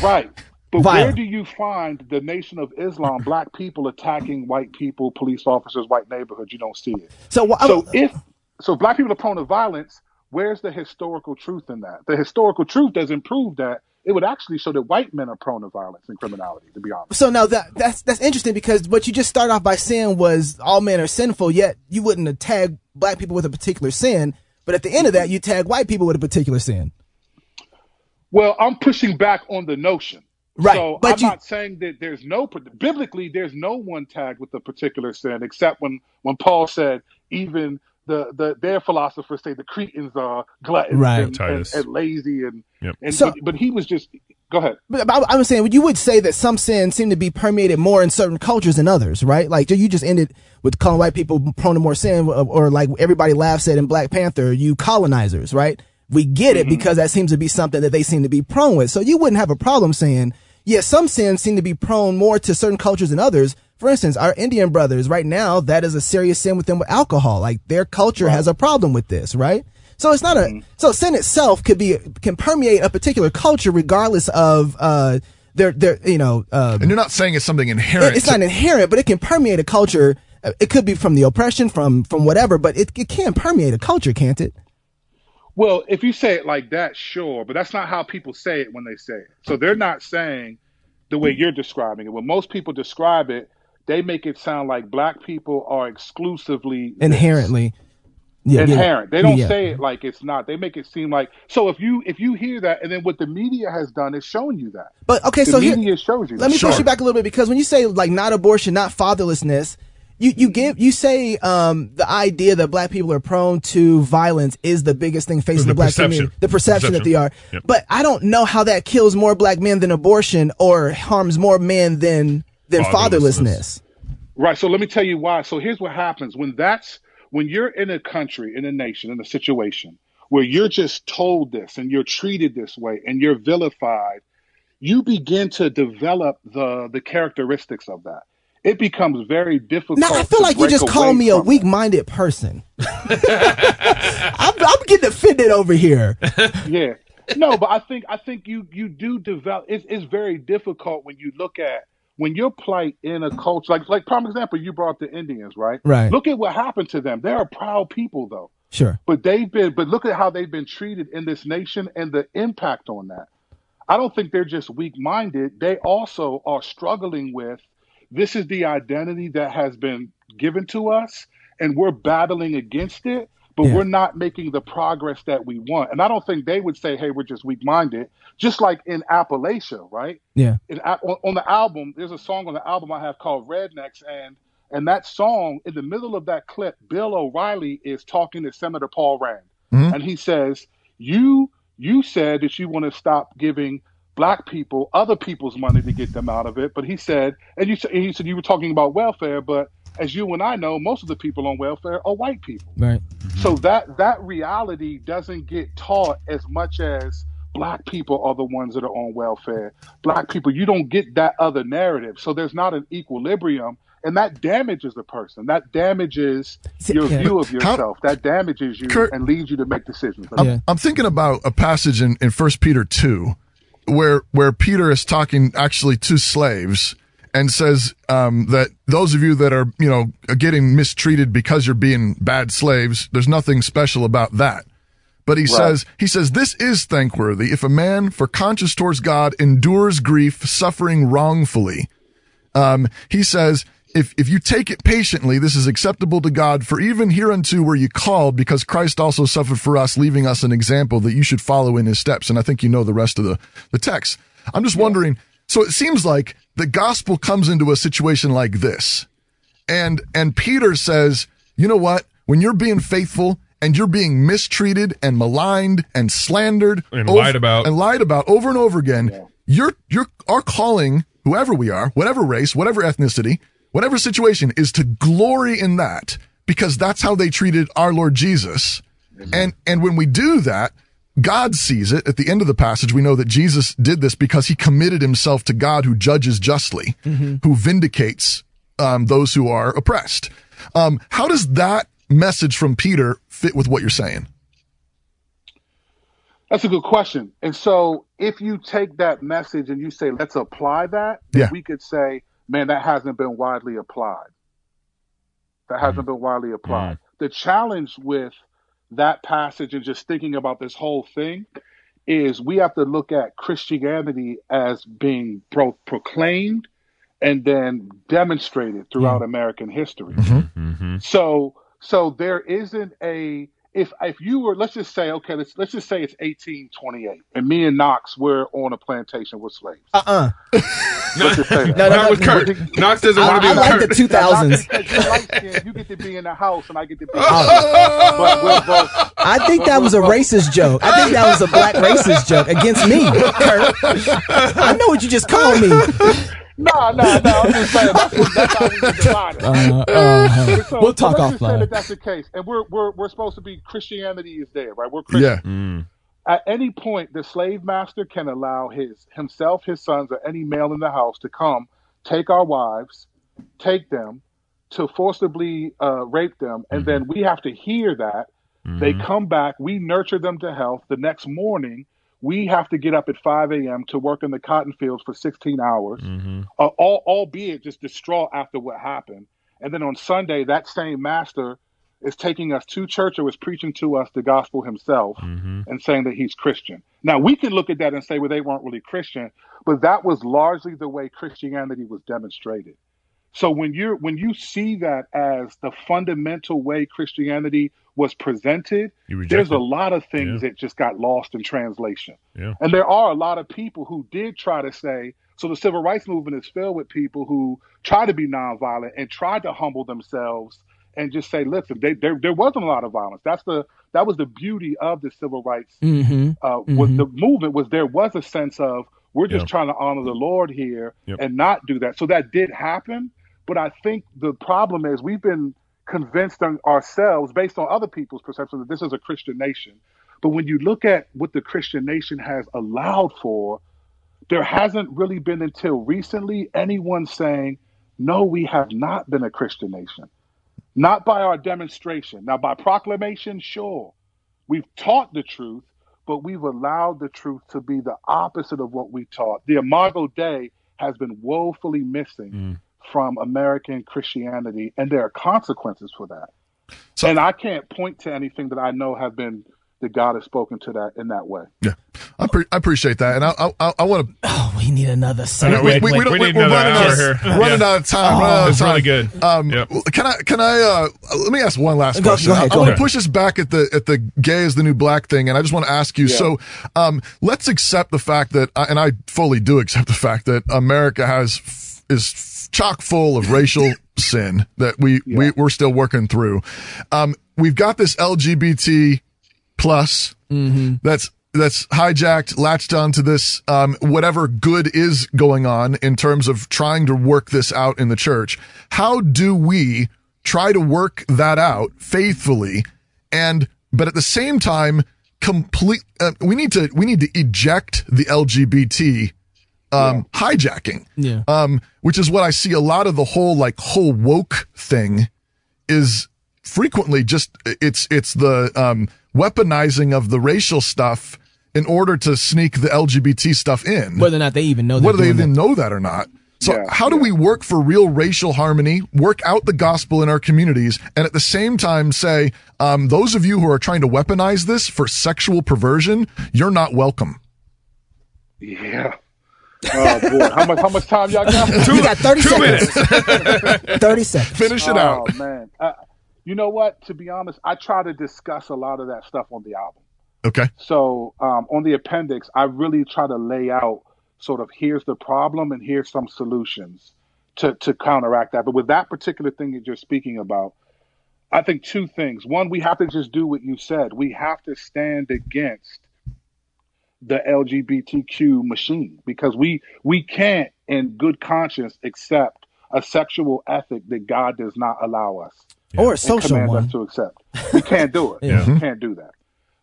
D: Right. But where
C: Violent.
D: do you find the Nation of Islam, black people attacking white people, police officers, white neighborhoods? You don't see it
C: So, wh-
D: so if so black people are prone to violence where's the historical truth in that the historical truth doesn't prove that it would actually show that white men are prone to violence and criminality to be honest
C: so now that that's that's interesting because what you just started off by saying was all men are sinful, yet you wouldn't tag black people with a particular sin, but at the end of that you tag white people with a particular sin.
D: well i'm pushing back on the notion
C: Right,
D: so
C: but
D: i'm
C: you-
D: not saying that there's no biblically there's no one tagged with a particular sin except when when paul said even the, the their philosophers say the cretans are gluttons
C: Right.
D: and, and,
A: Titus.
D: and lazy and,
A: Yep.
D: and
C: So-
D: but, but he was just go ahead
C: But I, I was saying you would say that some sins seem to be permeated more in certain cultures than others, right? Like you just ended with calling white people prone to more sin, or, or like everybody laughs at in Black Panther, you colonizers, right? We get it because that seems to be something that they seem to be prone with. So you wouldn't have a problem saying, yeah, some sins seem to be prone more to certain cultures than others. For instance, our Indian brothers right now, that is a serious sin with them with alcohol. Like their culture has a problem with this, right? So it's not
D: Mm-hmm.
C: a so sin itself could be can permeate a particular culture regardless of uh their their you know uh
B: And you're not saying it's something inherent.
C: it's not inherent but it can permeate a culture. Uh, It could be from the oppression from from whatever, but it it can permeate a culture, can't it?
D: Well, if you say it like that, sure, but that's not how people say it when they say it. So they're not saying the way you're describing it. When most people describe it, they make it sound like black people are exclusively this.
C: Inherently, yeah, yeah.
D: inherent. They don't
C: Yeah.
D: say it like it's not. They make it seem like so. If you if you hear that, and then what the media has done is shown you that.
C: But okay,
D: the
C: so
D: media
C: here
D: shows you.
C: let me
D: that.
C: push you back a little bit because when you say like not abortion, not fatherlessness, you you give you say um the idea that black people are prone to violence is the biggest thing facing the,
A: The
C: black
A: perception.
C: community, the perception, that
A: Perception.
C: they are.
A: Yep.
C: But I don't know how that kills more black men than abortion or harms more men than than
A: Fatherlessness.
C: fatherlessness.
D: Right. So let me tell you why. So here's what happens when that's when you're in a country, in a nation, in a situation where you're just told this and you're treated this way and you're vilified, you begin to develop the the characteristics of that. It becomes very difficult.
C: Now I feel
D: to
C: like you
D: break
C: just
D: away
C: called me a
D: from
C: weak minded person. I'm, I'm getting offended over here.
D: that. Yeah. No, but I think I think you you do develop. It's it's very difficult when you look at when your plight in a culture like like prime example you brought the Indians right
C: Right.
D: look at what happened to them. They're a proud people though.
C: Sure.
D: But they've been, but look at how they've been treated in this nation and the impact on that. I don't think they're just weak minded. They also are struggling with this is the identity that has been given to us and we're battling against it. But but
C: Yeah.
D: we're not making the progress that we want. And I don't think they would say, hey, we're just weak minded, just like in Appalachia, right?
C: Yeah.
D: in, on, on the album, there's a song on the album I have called Rednecks, and and that song in the middle of that clip, Bill O'Reilly is talking to Senator Paul Rand,
B: Mhm.
D: and he says, "You you said that you want to stop giving black people other people's money to get them out of it, but he said, and you sa- and he said you were talking about welfare, but as you and I know, most of the people on welfare are white people."
C: Right.
D: So that that reality doesn't get taught as much as black people are the ones that are on welfare. Black people, you don't get that other narrative. So there's not an equilibrium, and that damages the person. That damages
C: See,
D: your
C: yeah.
D: view of
B: How-
D: yourself. that damages you
B: Kurt-
D: and leads you to make decisions.
B: I'm,
C: Yeah.
B: I'm thinking about a passage in, in First Peter two, where where Peter is talking actually to slaves and says um, that those of you that are you know are getting mistreated because you're being bad slaves, there's nothing special about that. But he says he says this is thankworthy if a man for conscience towards God endures grief, suffering wrongfully. Um, he says, if, if you take it patiently, this is acceptable to God, for even hereunto were you called, because Christ also suffered for us, leaving us an example that you should follow in his steps. And I think you know the rest of the, the text. I'm just wondering, so it seems like the gospel comes into a situation like this. And and Peter says, you know what? When you're being faithful and you're being mistreated and maligned and slandered
A: And lied about.
B: and lied about over and over again, you're you're our calling, whoever we are, whatever race, whatever ethnicity, whatever situation, is to glory in that because that's how they treated our Lord Jesus. And and when we do that, God sees it. At the end of the passage, we know that Jesus did this because he committed himself to God who judges justly, who vindicates um, those who are oppressed. Um, how does that message from Peter fit with what you're saying?
D: That's a good question. And so if you take that message and you say, let's apply that, then
B: Yeah.
D: we could say, man, that hasn't been widely applied. That hasn't been widely applied. The challenge with that passage and just thinking about this whole thing is we have to look at Christianity as being both proclaimed and then demonstrated throughout American history.
A: Mm-hmm.
D: So so there isn't a if if you were let's just say okay let's let's just say it's 1828 and me and Knox were on a plantation with slaves.
C: Uh uh
D: Let's just say that.
C: No, no,
A: Not
C: no.
A: with Kurt. Knox doesn't want to be
C: I, I
A: with
C: like
A: Kurt.
C: the
D: Now, Knox,
C: 2000s.
D: because you're light skinned, you get to be in the house and I get to
C: Oh.
D: be. but we're both.
C: I think that was a racist joke. I think that was a black racist joke against me, Kurt. I know what you just called me.
D: No, no, no. I'm just saying that's, what, that's how we get divided.
C: Uh,
D: So-
C: We'll
D: so
C: talk
D: let's just say
C: offline.
D: that that's the case, and we're we're we're supposed to be Christianity is there, right? We're Christian.
B: Yeah.
A: Mm.
D: At any point, the slave master can allow his himself, his sons, or any male in the house to come, take our wives, take them, to forcibly uh, rape them, and then we have to hear that.
A: Mm-hmm.
D: They come back, we nurture them to health. The next morning, we have to get up at 5 a.m. to work in the cotton fields for 16 hours,
A: Mm. Mm-hmm.
D: uh, all, albeit just distraught after what happened. And then on Sunday, that same master is taking us to church or is preaching to us the gospel himself
A: Mm-hmm.
D: and saying that he's Christian. Now, we can look at that and say, well, they weren't really Christian, but that was largely the way Christianity was demonstrated. So when you're when you see that as the fundamental way Christianity was presented,
A: You reject
D: there's
A: it.
D: a lot of things that just got lost in translation.
A: Yeah.
D: And there are a lot of people who did try to say, so the civil rights movement is filled with people who try to be nonviolent and tried to humble themselves and just say, listen, they, there there wasn't a lot of violence. That's the that was the beauty of the civil rights
C: Mm-hmm.
D: uh, was the movement was there was a sense of we're just
A: Yeah.
D: trying to honor the Lord here
A: Yep.
D: and not do that. So that did happen, but I think the problem is we've been convinced on ourselves based on other people's perception that this is a Christian nation. But when you look at what the Christian nation has allowed for, there hasn't really been until recently anyone saying, no, we have not been a Christian nation. Not by our demonstration. Now, by proclamation, sure. We've taught the truth, but we've allowed the truth to be the opposite of what we taught. The Imago Dei has been woefully missing
B: Mm.
D: from American Christianity, and there are consequences for that.
B: So-
D: and I can't point to anything that I know have been that God has spoken to that in that way.
B: Yeah, I, pre- I appreciate that, and I I, I want to
C: Oh, we need another
A: know,
C: segment.
A: we-
B: we, we don't,
A: we
B: we
A: need
B: are
A: another
B: running, out,
A: hour
B: of-
A: here.
B: running
A: Yeah. Oh,
B: out of time. running out of
A: It's really
B: time.
A: good.
B: Um,
A: Yep.
B: Can I? Can I? Uh, let me ask one last
C: Go-
B: question.
C: go ahead,
B: I-
C: go
B: I want
A: ahead.
B: to push us back at the at the gay is the new black thing, and I just want to ask you.
D: Yeah.
B: So, um, let's accept the fact that, uh, and I fully do accept the fact that America has is chock full of racial sin that we, we we're still working through. Um, we've got this LGBT plus that's that's hijacked, latched onto this um, whatever good is going on in terms of trying to work this out in the church. How do we try to work that out faithfully, and but at the same time, complete? Uh, we need to we need to eject the LGBT um, hijacking,
C: Yeah.
B: um, which is what I see a lot of the whole like whole woke thing is frequently just it's it's the um, weaponizing of the racial stuff in order to sneak the LGBT stuff in,
C: Whether or not they even know
B: whether they
C: they're
B: even
C: doing
B: know that or not. So
D: Yeah,
B: how do we work for real racial harmony, work out the gospel in our communities, and at the same time say, um, those of you who are trying to weaponize this for sexual perversion, you're not welcome.
D: Yeah. Oh boy, how much how much time y'all got?
C: that. You got 30
A: Two
C: seconds.
A: minutes.
C: 30 seconds.
B: Finish it out.
D: Oh man, uh, you know what? To be honest, I try to discuss a lot of that stuff on the album.
B: Okay.
D: So um, on the appendix, I really try to lay out sort of here's the problem and here's some solutions to to counteract that. But with that particular thing that you're speaking about, I think two things. One, we have to just do what you said. We have to stand against the LGBTQ machine because we we can't in good conscience accept a sexual ethic that God does not allow us
C: Or a
D: and
C: social
D: command
C: one.
D: us to accept. We can't do it.
C: Yeah.
D: We can't do that.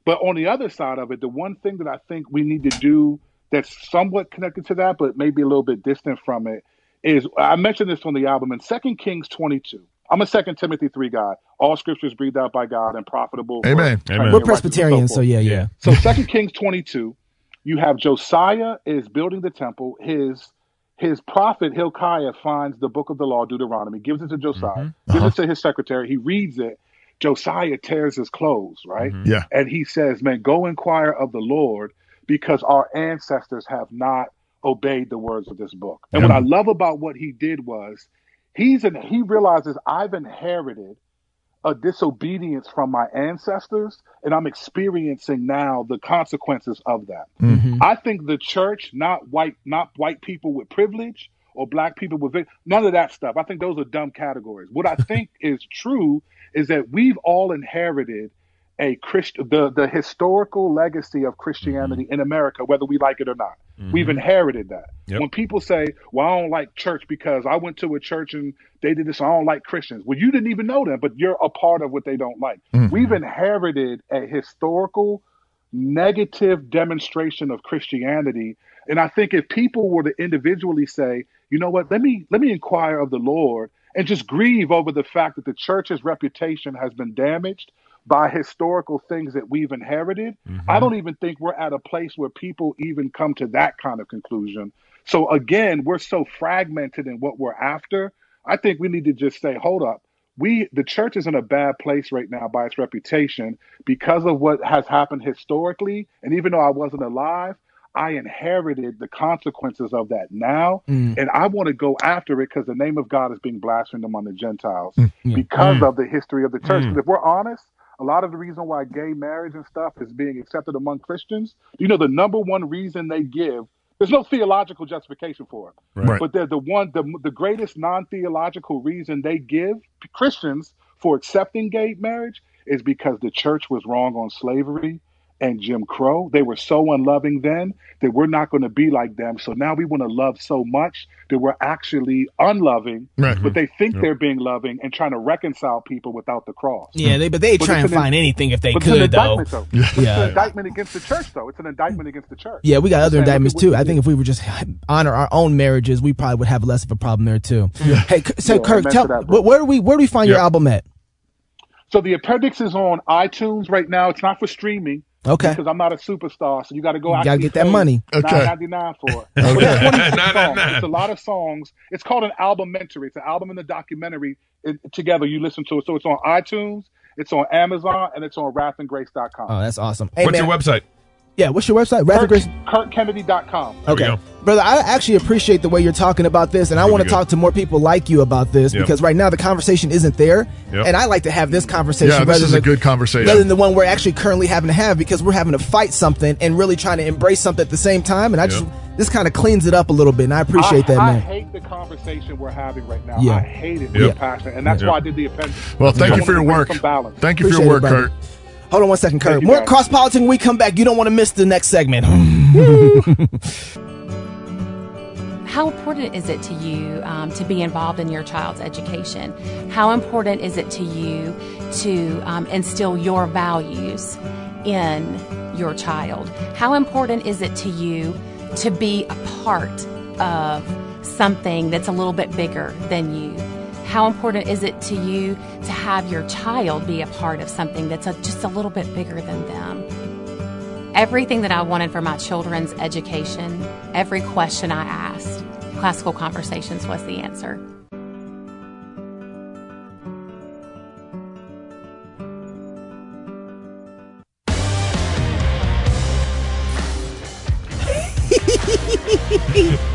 D: But on the other side of it, the one thing that I think we need to do that's somewhat connected to that, but maybe a little bit distant from it, is I mentioned this on the album in Second Kings 22. I'm a Second Timothy 3 guy. All scriptures breathed out by God and profitable. for
B: Amen.
A: Amen. We're
D: training
C: We're
D: in righteousness and
C: Presbyterian,
D: forth.
C: so yeah, yeah.
D: So Second Kings 22, you have Josiah is building the temple. His his prophet Hilkiah finds the book of the law, Deuteronomy, gives it to Josiah, gives it to his secretary. He reads it. Josiah tears his clothes, right?
B: Yeah.
D: And he says, Man, go inquire of the Lord because our ancestors have not obeyed the words of this book. And what I love about what he did was he's in, he realizes I've inherited a disobedience from my ancestors, and I'm experiencing now the consequences of that. I think the church, not white, not white people with privilege or black people with vic- none of that stuff. I think those are dumb categories. What I think is true is that we've all inherited a Christ the the historical legacy of Christianity in America, whether we like it or not. We've inherited that.
A: Yep.
D: When people say, "Well, I don't like church because I went to a church and they did this, I don't like Christians." Well, you didn't even know them, but you're a part of what they don't like. We've inherited a historical negative demonstration of Christianity. And I think if people were to individually say, you know what, let me let me inquire of the Lord and just grieve over the fact that the church's reputation has been damaged by historical things that we've inherited, I don't even think we're at a place where people even come to that kind of conclusion. So again, we're so fragmented in what we're after. I think we need to just say, hold up we the church is in a bad place right now by its reputation because of what has happened historically and even though i wasn't alive i inherited the consequences of that now and i want to go after it because the name of god is being blasphemed among the gentiles because of the history of the church 'Cause if we're honest a lot of the reason why gay marriage and stuff is being accepted among christians you know the number one reason they give there's no theological justification for it
B: Right.
D: but they're the one, the, the greatest non theological reason they give Christians for accepting gay marriage is because the church was wrong on slavery and Jim Crow. They were so unloving then that we're not going to be like them. So now we want to love so much that we're actually unloving,
B: Right.
D: but they think they're being loving and trying to reconcile people without the cross.
C: Yeah, they but they
D: But
C: try
D: it's
C: and
D: an in-
C: find anything if they
D: But it's an
C: could though.
D: indictment, though. It's
C: Yeah.
D: an indictment against the church, though. It's an indictment against the church.
C: Yeah, we got other
D: Saying, look at
C: indictments
D: what
C: too.
D: you
C: I think
D: did.
C: if we would just honor our own marriages, we probably would have less of a problem there too. Hey, K- so
D: Yeah,
C: Kirk,
D: amen
C: tell
D: to that, bro.
C: wh- where do we where do we find your
A: Yeah.
C: album at?
D: So the appendix is on iTunes right now. It's not for streaming.
C: Okay.
D: Because I'm not a superstar, so you got to go.
C: You gotta
D: actually
C: get that
D: pay
C: money.
B: Okay.
D: $9.99 for it. But it's 26 songs.
A: 9.99.
D: It's a lot of songs. It's called an albumentary. It's an album and a documentary it, together. You listen to it. So it's on iTunes, it's on Amazon, and it's on wrathandgrace.com.
C: Oh, that's awesome. Hey,
A: What's
C: man,
A: your website?
C: Yeah, what's your website? Wrath and
D: Kirk,
C: Grace.
D: KirkKennedy.com.
A: we
C: Okay.
A: go.
C: Brother, I actually appreciate the way you're talking about this, and I want to
A: good.
C: talk to more people like you about this
A: Yep.
C: because right now the conversation isn't there,
A: Yep.
C: and I like to have this conversation.
B: Yeah, this
C: rather
B: is
C: than
B: a good conversation.
C: rather than the one we're actually currently having to have because we're having to fight something and really trying to embrace something at the same time. And I just
A: Yep.
C: this kind of cleans it up a little bit, and I appreciate
D: I,
C: that,
D: I
C: man.
D: hate the conversation we're having right now.
C: Yeah.
D: I hate it
A: Yeah.
D: with passion, and that's
A: Yeah.
D: why I did the appendix.
B: Well, thank
D: I
B: you for your
D: wanted to bring
B: work.
D: Some balance.
B: Thank you for
C: Appreciate
B: your
C: it,
B: work,
C: brother.
B: Kurt.
C: Hold on one second, Kurt.
D: you,
C: More
D: guys.
C: cross politics when we come back. You don't want to miss the next segment.
E: How important is it to you um, to be involved in your child's education? How important is it to you to um, instill your values in your child? How important is it to you to be a part of something that's a little bit bigger than you? How important is it to you to have your child be a part of something that's a, just a little bit bigger than them? Everything that I wanted for my children's education, every question I asked, classical conversations was the answer.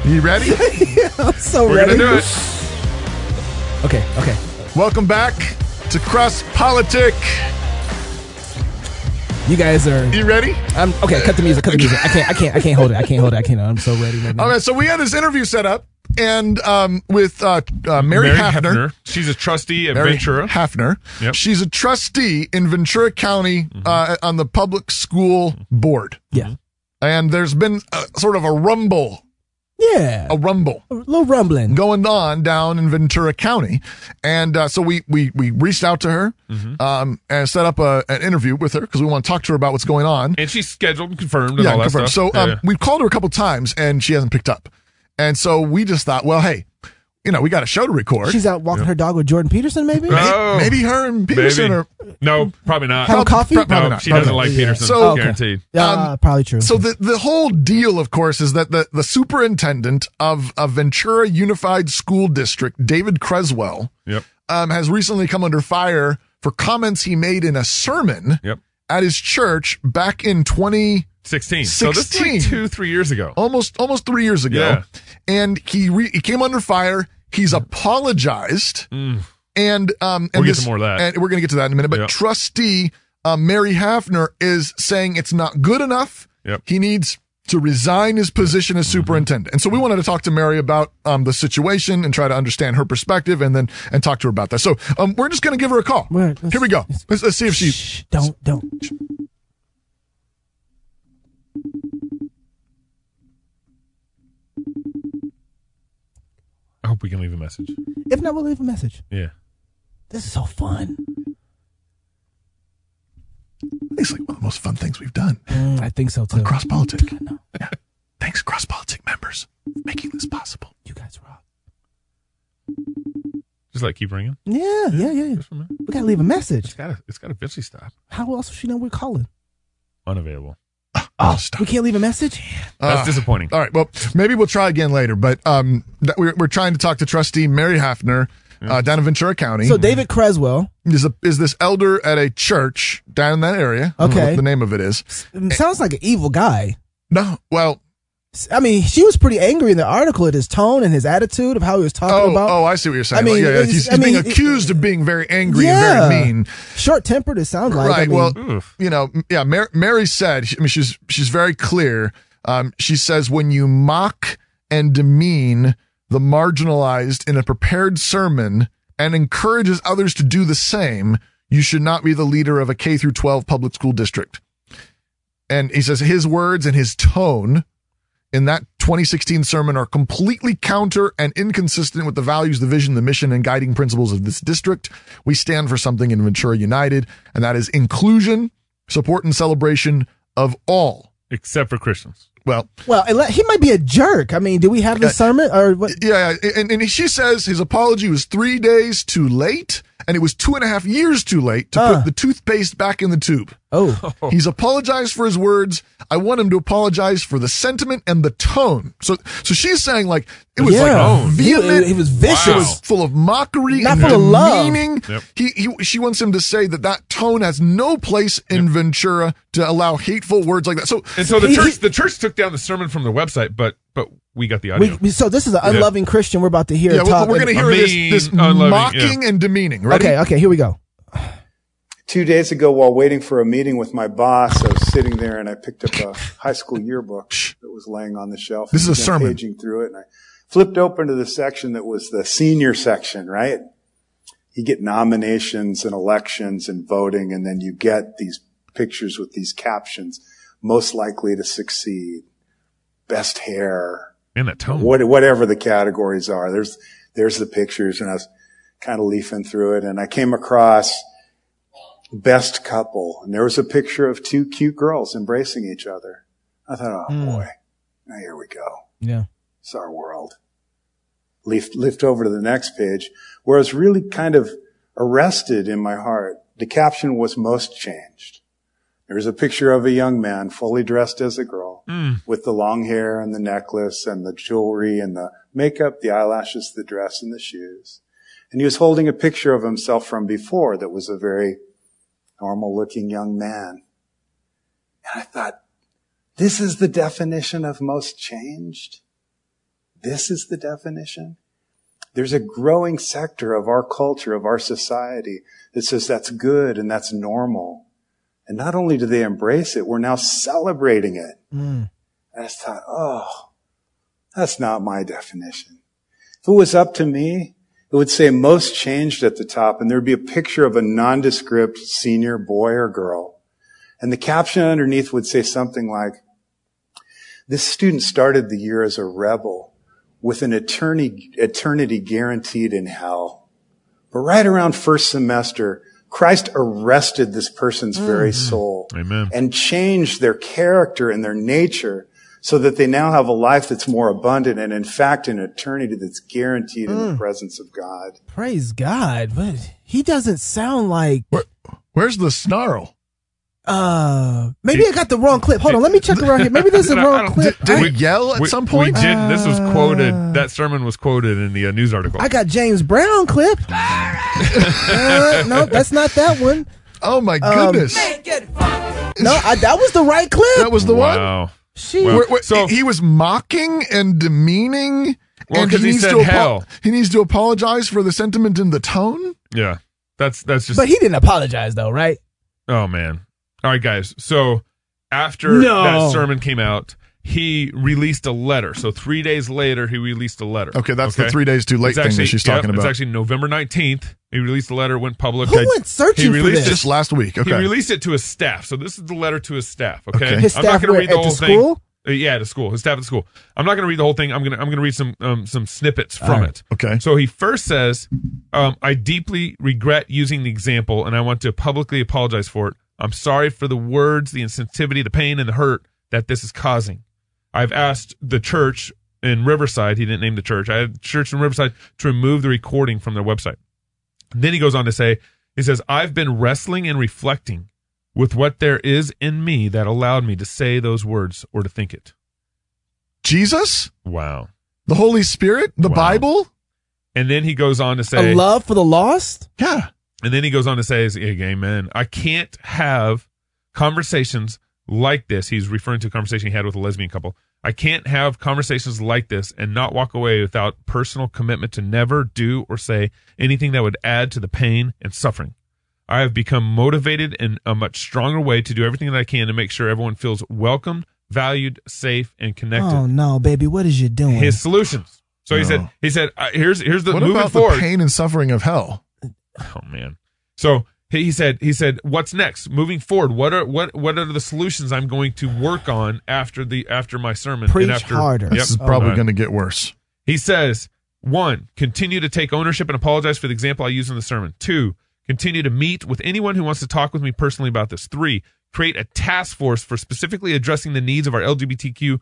B: You ready?
C: I'm so
A: We're
C: ready.
A: gonna do it.
C: Okay, okay.
B: Welcome back to Cross Politic.
C: You guys are.
B: You ready?
C: I'm okay. Cut the music. Cut the music. I can't. I can't. I can't hold it. I can't hold it. I can't. I'm so ready right now.
B: Okay, so we had this interview set up, and um, with uh, uh, Mary, Hafner.
A: She's a trustee at
B: Mary
A: Ventura.
B: Hafner.
A: Yep.
B: She's a trustee in Ventura County uh, on the public school board,
C: Yeah.
B: and there's been a, sort of a rumble,
C: Yeah.
B: a rumble
C: A little rumbling.
B: going on down in Ventura County, and uh, so we we we reached out to her um, and set up a, an interview with her because we want to talk to her about what's going on.
A: and she's scheduled and confirmed and all that
B: confirmed.
A: stuff.
B: So um,
A: Yeah, yeah.
B: we've called her a couple times and she hasn't picked up, and so we just thought, well, hey, you know, we got a show to record.
C: She's out walking her dog with Jordan Peterson, maybe.
A: Uh, Oh.
B: maybe, maybe her and Peterson
A: Maybe.
B: are.
A: No, probably not.
C: Have
A: No,
C: a Oh, coffee.
B: prob- probably not.
A: she doesn't like
C: Yeah. Oh,
A: Peterson.
B: So-
C: Okay.
A: guaranteed.
C: Uh, probably true.
B: So the the whole deal, of course, is that the the superintendent of of Ventura Unified School District, David Creswell,
A: Yep.
B: um, has recently come under fire for comments he made in a sermon
A: Yep.
B: at his church back in twenty.
A: 16. So this is like
B: 16.
A: two, three years ago.
B: almost almost three years ago,
A: Yeah. Mm.
B: and he re- he came under fire. He's apologized, and um, and
A: We'll get
B: this,
A: to more of that.
B: and we're gonna get to that in a minute. But
A: Yep.
B: trustee uh, Mary Hafner is saying it's not good enough.
A: Yep. Mm-hmm.
B: He needs to resign his position as superintendent, and so we wanted to talk to Mary about um, the situation and try to understand her perspective, and then and talk to her about that. So um, we're just gonna give her a call.
C: All right, let's-
B: Here we go. Let's, let's see if she.
C: Shh, don't don't.
A: I hope we can leave a message.
C: If not, we'll leave a message.
A: Yeah.
C: This is so fun.
B: It's like one of the most fun things we've done.
C: Mm, I think so too.
B: Cross Politic. Yeah. Thanks, Cross Politic members, for making this possible.
C: You guys rock.
A: Just like keep ringing.
C: Yeah, yeah, yeah. yeah.
A: Just for a minute.
C: We gotta leave a message.
A: It's got to it's got to eventually stop.
C: How else would she know we're calling?
A: Unavailable.
B: Oh, stop.
C: We can't leave a message.
A: That's
B: Uh,
A: disappointing.
B: All right. Well, maybe we'll try again later. But um, that we're, we're trying to talk to Trustee Mary Hafner uh, down in Ventura County.
C: So David Creswell
B: is a, is this elder at a church down in that area? I don't know
C: Okay.
B: what the name of it is.
C: mm, sounds like an evil guy.
B: No. Well.
C: S- I mean, she was pretty angry in the article at his tone and his attitude of how he was
B: Oh.
C: talking about
B: oh, I see what you're saying.
C: I mean,
B: Like, yeah, yeah,
C: it's-
B: he's,
C: I
B: he's
C: mean,
B: being
C: it-
B: accused of being very angry
C: Yeah.
B: and very mean.
C: short-tempered. It sounds like.
B: right.
C: I mean,
B: well,
A: Oof.
B: you know, m- yeah. Mary, Mary said. she- I mean, she's she's very clear. Um, she says when you mock and demean the marginalized in a prepared sermon and encourages others to do the same, you should not be the leader of a K through 12 public school district. And he says his words and his tone in that 2016 sermon are completely counter and inconsistent with the values, the vision, the mission, and guiding principles of this district. We stand for something in Ventura United, and that is inclusion, support, and celebration of all.
A: Except for Christians.
B: Well,
C: well, ele- he might be a jerk. I mean, do we have the sermon or what?
B: yeah, and, and she says his apology was three days too late and it was two and a half years too late to
C: Uh.
B: put the toothpaste back in the tube.
C: Oh,
B: He's apologized for his words. I want him to apologize for the sentiment and the tone. So, so she's saying like it was
C: Yeah.
B: like vehement.
C: He- he was vicious.
B: It was full of mockery
C: Not
B: and
C: full of
B: and
C: love.
B: meaning.
A: Yep.
B: He, he, she wants him to say that that tone has no place in Ventura to allow hateful words like that. So,
A: And so the
C: He-
A: church,
C: he-
A: the church took down the sermon from the website, but but we got the audio.
C: we, so this is an unloving Christian we're about to hear
B: yeah, we're,
C: talk.
B: we're going to hear
A: Mean,
B: this, this
A: unloving,
B: mocking and demeaning. Ready?
C: okay, okay, here we go.
F: Two days ago, while waiting for a meeting with my boss, I was sitting there and I picked up a high school yearbook that was laying on the shelf.
B: This is a
F: And I began
B: sermon.
F: Paging through it, and I flipped open to the section that was the senior section. Right, you get nominations and elections and voting, and then you get these pictures with these captions: most likely to succeed, best hair,
A: Man, that tone.
F: what, whatever the categories are. There's, there's the pictures and I was kind of leafing through it and I came across best couple and there was a picture of two cute girls embracing each other. I thought, oh boy, now here we go.
C: Yeah.
F: It's our world. Leafed, leafed over to the next page where I was really kind of arrested in my heart. The caption was most changed. There was a picture of a young man fully dressed as a girl with the long hair and the necklace and the jewelry and the makeup, the eyelashes, the dress and the shoes. And he was holding a picture of himself from before that was a very normal looking young man. And I thought, this is the definition of most changed? This is the definition? There's a growing sector of our culture, of our society that says that's good and that's normal. And not only do they embrace it, we're now celebrating it. And I thought, oh, that's not my definition. If it was up to me, it would say most changed at the top and there'd be a picture of a nondescript senior boy or girl. And the caption underneath would say something like, this student started the year as a rebel with an eternity, eternity guaranteed in hell. But right around first semester, Christ arrested this person's very soul
A: Amen.
F: and changed their character and their nature so that they now have a life that's more abundant and in fact an eternity that's guaranteed in the presence of God.
C: Praise God, but he doesn't sound like.
B: Where, where's the snarl?
C: uh Maybe I got the wrong clip. Hold on, let me check around here. Maybe this is the
A: I- I
C: wrong
A: don't-
C: clip.
B: Did
C: I,
B: he yell at
A: we,
B: some point? Uh.
A: We did. This was quoted. That sermon was quoted in the uh, news article.
C: I got James Brown clip. Uh, no, that's not that one.
B: oh my
C: Um,
B: goodness.
C: No, I, that was the right clip.
B: that was the one?
A: wow.
C: She.
A: Well-
B: Wait, wait,
A: So-
B: he he was mocking and demeaning.
A: Well,
B: and
A: 'cause he
B: needs
A: said
B: to apo-
A: hell.
B: He needs to apologize for the sentiment and the tone.
A: Yeah. That's that's just.
C: but he didn't apologize though, right?
A: oh man. All right, guys. So after
C: No.
A: that sermon came out, he released a letter. So three days later, he released a letter.
B: Okay, that's
A: Okay?
B: the three days too late
A: It's
B: thing
A: actually-
B: that she's
A: yep,
B: talking
A: It's
B: about.
A: actually November 19th. He released the letter, went public.
C: Who
A: I-
C: went searching
A: he
C: for
A: released
C: this?
A: it-
B: just last week. Okay.
A: He released it to his staff. So this is the letter to his staff. Okay.
B: Okay.
C: His
A: I'm not
C: staff
A: going
C: were
A: to read the
C: at
A: whole
C: the
A: thing.
C: school.
A: Uh, yeah, the school. His staff at the school. I'm not going to read the whole thing. I'm going to I'm going to read some um, some snippets from it.
B: okay.
A: So he first says, um, "I deeply regret using the example, and I want to publicly apologize for it. I'm sorry for the words, the insensitivity, the pain, and the hurt that this is causing. I've asked the church in Riverside. He didn't name the church. I had church in Riverside to remove the recording from their website." Then he goes on to say, he says, I've been wrestling and reflecting with what there is in me that allowed me to say those words or to think it.
B: Jesus,
A: Wow.
B: the Holy Spirit, the
A: Wow.
B: Bible.
A: And then he goes on to say,
C: A love for the lost.
B: Yeah.
A: and then he goes on to say, is- Amen. I can't have conversations like this. He's referring to a conversation he had with a lesbian couple. I can't have conversations like this and not walk away without personal commitment to never do or say anything that would add to the pain and suffering. I have become motivated in a much stronger way to do everything that I can to make sure everyone feels welcomed, valued, safe, and connected.
C: Oh no, baby, what is you doing?
A: His solutions. So he
B: Oh, No.
A: said, he said, uh, here's here's the
B: what
A: moving
B: about
A: forward.
B: the pain and suffering of hell?
A: Oh man. So he he said he said what's next moving forward what are what what are the solutions I'm going to work on after the after my sermon
C: Preach
A: and after
C: harder.
A: Yep.
B: This is
C: Oh.
B: probably
A: Uh,
B: going to get worse.
A: he says, one, continue to take ownership and apologize for the example I used in the sermon. Two, continue to meet with anyone who wants to talk with me personally about this. Three, create a task force for specifically addressing the needs of our LGBTQ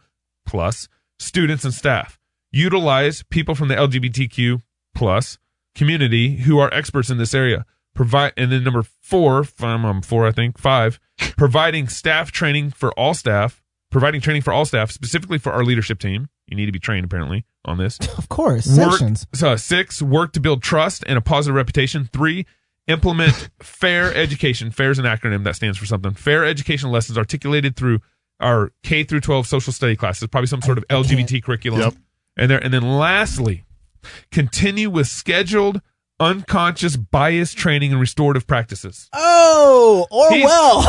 A: plus students and staff. Utilize people from the LGBTQ plus community who are experts in this area. Provide and then number four, I'm on four, I think five, providing staff training for all staff, providing training for all staff specifically for our leadership team. You need to be trained apparently on this.
C: Of course,
A: Work-
C: sessions.
A: so six, work to build trust and a positive reputation. Three, implement fair education. Fair is an acronym that stands for something. Fair education lessons articulated through our K through 12 social study classes, probably some sort of LGBT curriculum.
B: Yep.
A: And there, and then lastly, continue with scheduled unconscious bias training and restorative practices.
C: Oh,
A: He's-
C: Orwell.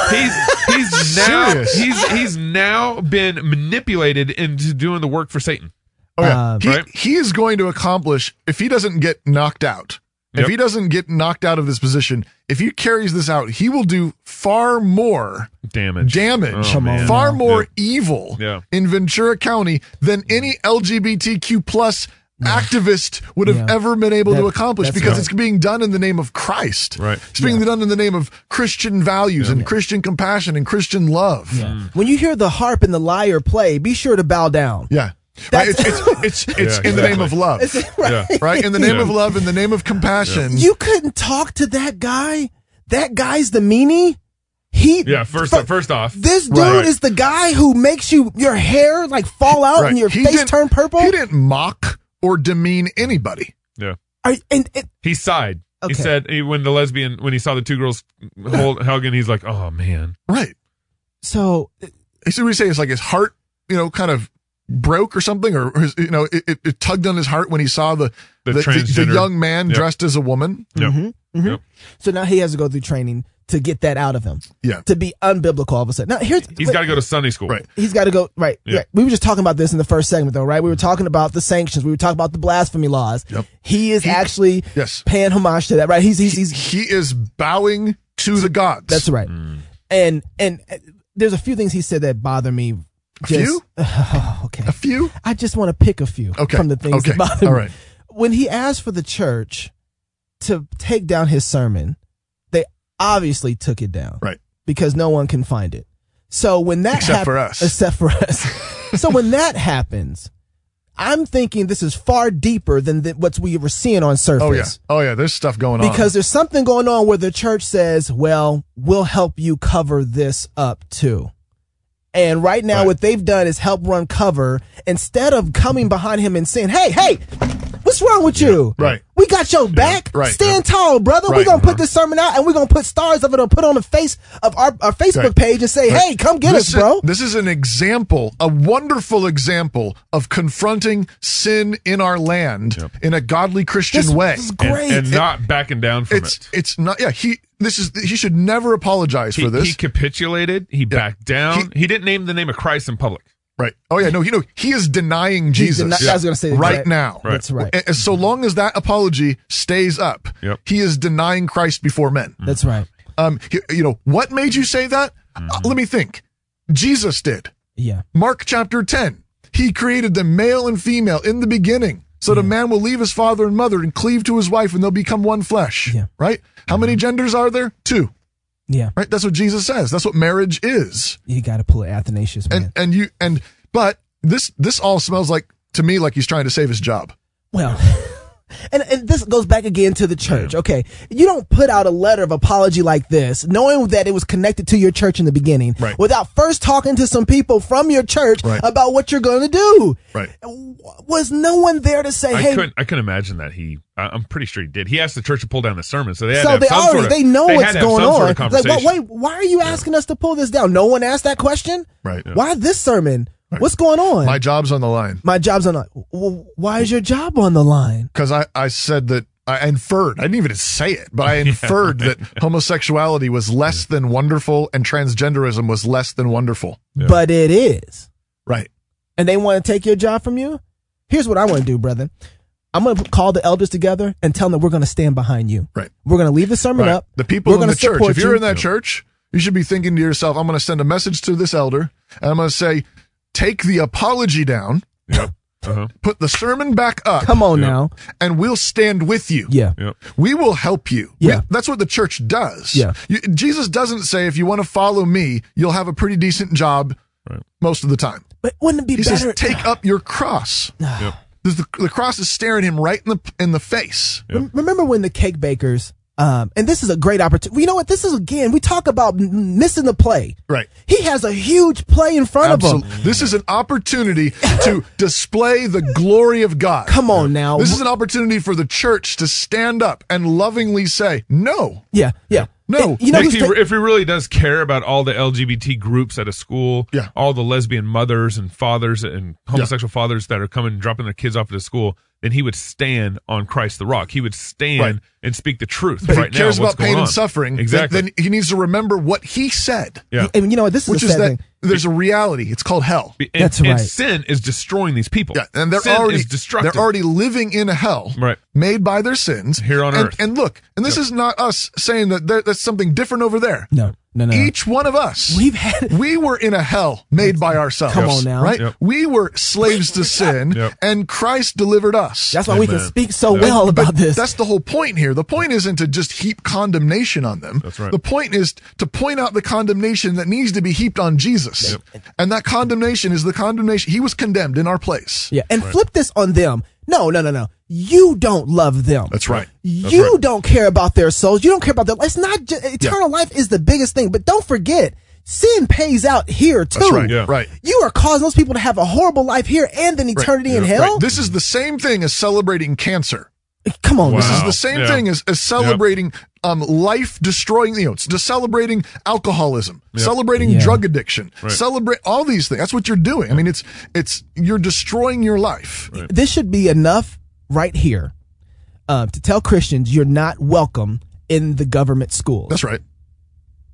A: he's he's now
B: Serious.
A: he's he's now been manipulated into doing the work for Satan.
B: Oh yeah,
C: Um,
B: he,
A: Right.
B: he is going to accomplish if he doesn't get knocked out.
A: Yep.
B: If he doesn't get knocked out of this position, if he carries this out, he will do far more
A: Damage.
B: damage,
A: Oh, man.
B: far more
A: Yeah.
B: evil
A: Yeah.
B: in Ventura County than any LGBTQ plus activist would have
C: Yeah.
B: ever been able to
C: That-
B: accomplish
C: that's
B: because
C: right.
B: it's being done in the name of Christ.
A: Right.
B: It's being done in the name of Christian values and Christian compassion and Christian love. Yeah.
C: when you hear the harp and the lyre play, be sure to bow down.
B: Right?
C: That's-
B: It's, it's, it's, it's
A: Yeah,
B: in the name
A: exactly.
B: of love.
A: Yeah.
B: right? In the name
A: Yeah.
B: of love, in the name of compassion.
C: You couldn't talk to that guy. That guy's the meanie. He
A: Yeah, first
C: fir-
A: first off.
C: This dude
B: Right.
C: is the guy who makes you your hair like fall out and your
B: He
C: face
B: didn't-
C: turn purple.
B: He didn't mock or demean anybody.
A: Yeah.
C: Are- and, and-
A: He sighed. He
C: Okay.
A: said he, when the lesbian when he saw the two girls hold Helgen, he's like, "Oh man,
B: Right.
C: so
B: So we say it's like his heart, you know, kind of broke or something, or his, you know, it, it, it tugged on his heart when he saw the
A: The
B: the, the- the
A: transgender.
B: young man
A: Yep.
B: dressed as a woman.
A: Yep.
C: Mhm, mhm.
A: Yep.
C: so now he has to go through training to get that out of him.
B: Yeah.
C: To be unbiblical all of a sudden. Now here's
A: he's
C: wait,
A: got to go to Sunday school."
B: Right.
C: he's got to go right,
A: Yeah.
C: right. We were just talking about this in the first segment though, right? We were talking about the sanctions. We were talking about the blasphemy laws.
B: Yep.
C: He is
B: He-
C: actually
B: Yes.
C: paying homage to that, right? He's he's, he's
B: He is bowing to the gods.
C: That's right.
B: Mm.
C: And and uh, there's a few things he said that bother me.
B: few?
C: okay.
B: a few.
C: I just want to pick a few
B: Okay.
C: from the things
B: Okay.
C: that bother
B: All
C: me.
B: right.
C: When he asked for the church to take down his sermon, they obviously took it down.
B: Right.
C: Because no one can find it. So when that
B: Except
C: hap-
B: for us.
C: except for us. so when that happens, I'm thinking this is far deeper than the, what we were seeing on surface
B: Oh yeah. Oh yeah. There's stuff going on.
C: because there's something going on where the church says, "Well, we'll help you cover this up too." And right now,
B: Right.
C: what they've done is help run cover instead of coming behind him and saying, "Hey, hey, what's wrong with you?
B: Right.
C: We got your back.
B: Right.
C: Stand tall, brother. We're
B: Right. Uh-huh.
C: gonna put this sermon out, and we're gonna put stars of it and put it on the face of our, our Facebook
B: Right.
C: page and say,
B: Right.
C: "Hey, come get
B: this
C: us,
B: is-
C: bro."
B: this is an example, a wonderful example of confronting sin in our land in a godly Christian
C: This-
B: way.
C: this is
A: And,
C: Great.
A: and not backing down from
B: it's
A: it.
B: it's not yeah he this is he should never apologize
A: He,
B: for this
A: he capitulated. He backed down. He, didn't name the name of Christ in public.
B: right oh yeah no he no he is denying
C: He's
B: Jesus
C: deni- I was gonna say that,
B: right
C: right.
B: now
A: Right.
C: That's right.
B: And- and so long as that apology stays up
A: Yep.
B: he is denying Christ before men
C: That's right.
B: um he- you know what made you say that Uh, let me think Jesus did
C: Yeah.
B: Mark chapter 10 he created them male and female in the beginning so
C: Mm.
B: the man will leave his father and mother and cleave to his wife and they'll become one flesh
C: Yeah.
B: right how many genders are there two
C: Yeah.
B: right that's what Jesus says that's what marriage is
C: You got to pull Athanasius, man.
B: and and you and but this this all smells like to me like he's trying to save his job
C: Well, and, and this goes back again to the church. Okay. You don't put out a letter of apology like this, knowing that it was connected to your church in the beginning,
B: Right.
C: without first talking to some people from your church
B: Right.
C: about what you're going to do.
B: Right.
C: W- Was no one there to say,
A: I
C: hey,
A: couldn't. I couldn't imagine that he. I, I'm pretty sure he did. He asked the church to pull down the sermon, so they had to
C: so
A: have
C: they
A: some
C: already,
A: sort of-
C: they know
A: they had
C: what's
A: to have
C: going
A: some
C: on.
A: Sort of
C: like, well,
A: conversation.
C: wait, why are you asking us to pull this down? No one asked that question.
B: Right. Yeah.
C: Why this sermon? What's going on?
B: my job's on the line
C: My job's on. the- w- Why is your job on the line?
B: because i i said that i inferred i didn't even say it but i inferred that homosexuality was less than wonderful and transgenderism was less than wonderful
C: But it is.
B: right
C: and they want to take your job from you, here's what I want to do, brother. I'm going to call the elders together and tell them that we're going to stand behind you.
B: Right.
C: We're going to leave the sermon
B: right
C: up.
B: the people
C: We're
B: in
C: gonna
B: the church if
C: support
B: you're
C: you.
B: in that church you should be thinking to yourself i'm going to send a message to this elder and i'm going to say take the apology down
A: Yep. Uh-huh.
B: put the sermon back up
C: Come on
A: Yeah.
C: now.
B: and we'll stand with you
C: Yeah.
A: Yep.
B: We will help you.
C: Yeah.
B: We- that's what the church does.
C: Yeah.
B: You, Jesus doesn't say, if you want to follow me, you'll have a pretty decent job
A: Right.
B: most of the time.
C: But wouldn't it be
B: He
C: better?
B: says, take up your cross. The, the cross is staring him right in the in the face.
A: Yep.
C: Rem- Remember when the cake bakers, um, and this is a great opportunity. You know what? This is again, we talk about m- missing the play.
B: Right.
C: He has a huge play in front of him.
B: Absol- This is an opportunity to display the glory of God.
C: Come on now.
B: This is an opportunity for the church to stand up and lovingly say, "No,
C: yeah, yeah.
B: No.
C: And you know,
A: if,
C: who's
A: he,
C: ta-
A: if he really does care about all the LGBT groups at a school,
B: Yeah.
A: all the lesbian mothers and fathers and homosexual fathers that are coming and dropping their kids off at a school, then he would stand on Christ the Rock. He would stand
B: Right.
A: and speak the truth
B: if
A: right
B: he cares
A: now. what's
B: about pain
A: going on.
B: and suffering, then-
A: Exactly.
B: then, he needs to remember what he said."
A: yeah.
C: and you know what? This is
B: Which
C: a
B: is
C: sad
B: that
C: thing.
B: there's a reality. It's called hell.
A: And,
C: That's
A: and
C: right.
A: sin is destroying these people.
B: Yeah, and they're
A: sin
B: already
A: is destructive.
B: they're already living in a hell
A: Right.
B: made by their sins
A: Here on
B: and,
A: earth.
B: And look, and this is not us saying that there, that's something different over there.
C: No, no, no. no.
B: Each one of us,
C: We've had-
B: we were in a hell made by ourselves.
C: Come on now.
B: right?
A: Yep.
B: We were slaves to sin,
A: Yep.
B: and Christ delivered us.
C: That's why we can
A: Amen.
C: speak so
A: Yeah.
C: well
B: But
C: about this.
B: That's the whole point here. The point isn't to just heap condemnation on them.
A: That's right.
B: The point is to point out the condemnation that needs to be heaped on Jesus. And that condemnation is the condemnation. He was condemned in our place.
C: Yeah, and flip this on them. No, no, no, no. You don't love them.
B: That's right.
C: You don't care about their souls. You don't care about them. It's not just, eternal life is the biggest thing, but don't forget, sin pays out here too.
B: That's right.
A: Yeah.
B: Right.
C: You are causing those people to have a horrible life here and an eternity in
B: Right.
C: hell.
B: This is the same thing as celebrating cancer.
C: Come on,
A: Wow.
C: this
B: This is
C: is
B: the same
A: Yeah.
B: thing as, as celebrating um, life destroying, you know, it's just celebrating alcoholism, celebrating
C: Yeah.
B: drug addiction, celebrate all these things. That's what you're doing. I mean, it's, it's, you're destroying your life.
C: this should be enough right here uh, to tell Christians you're not welcome in the government schools.
B: That's right.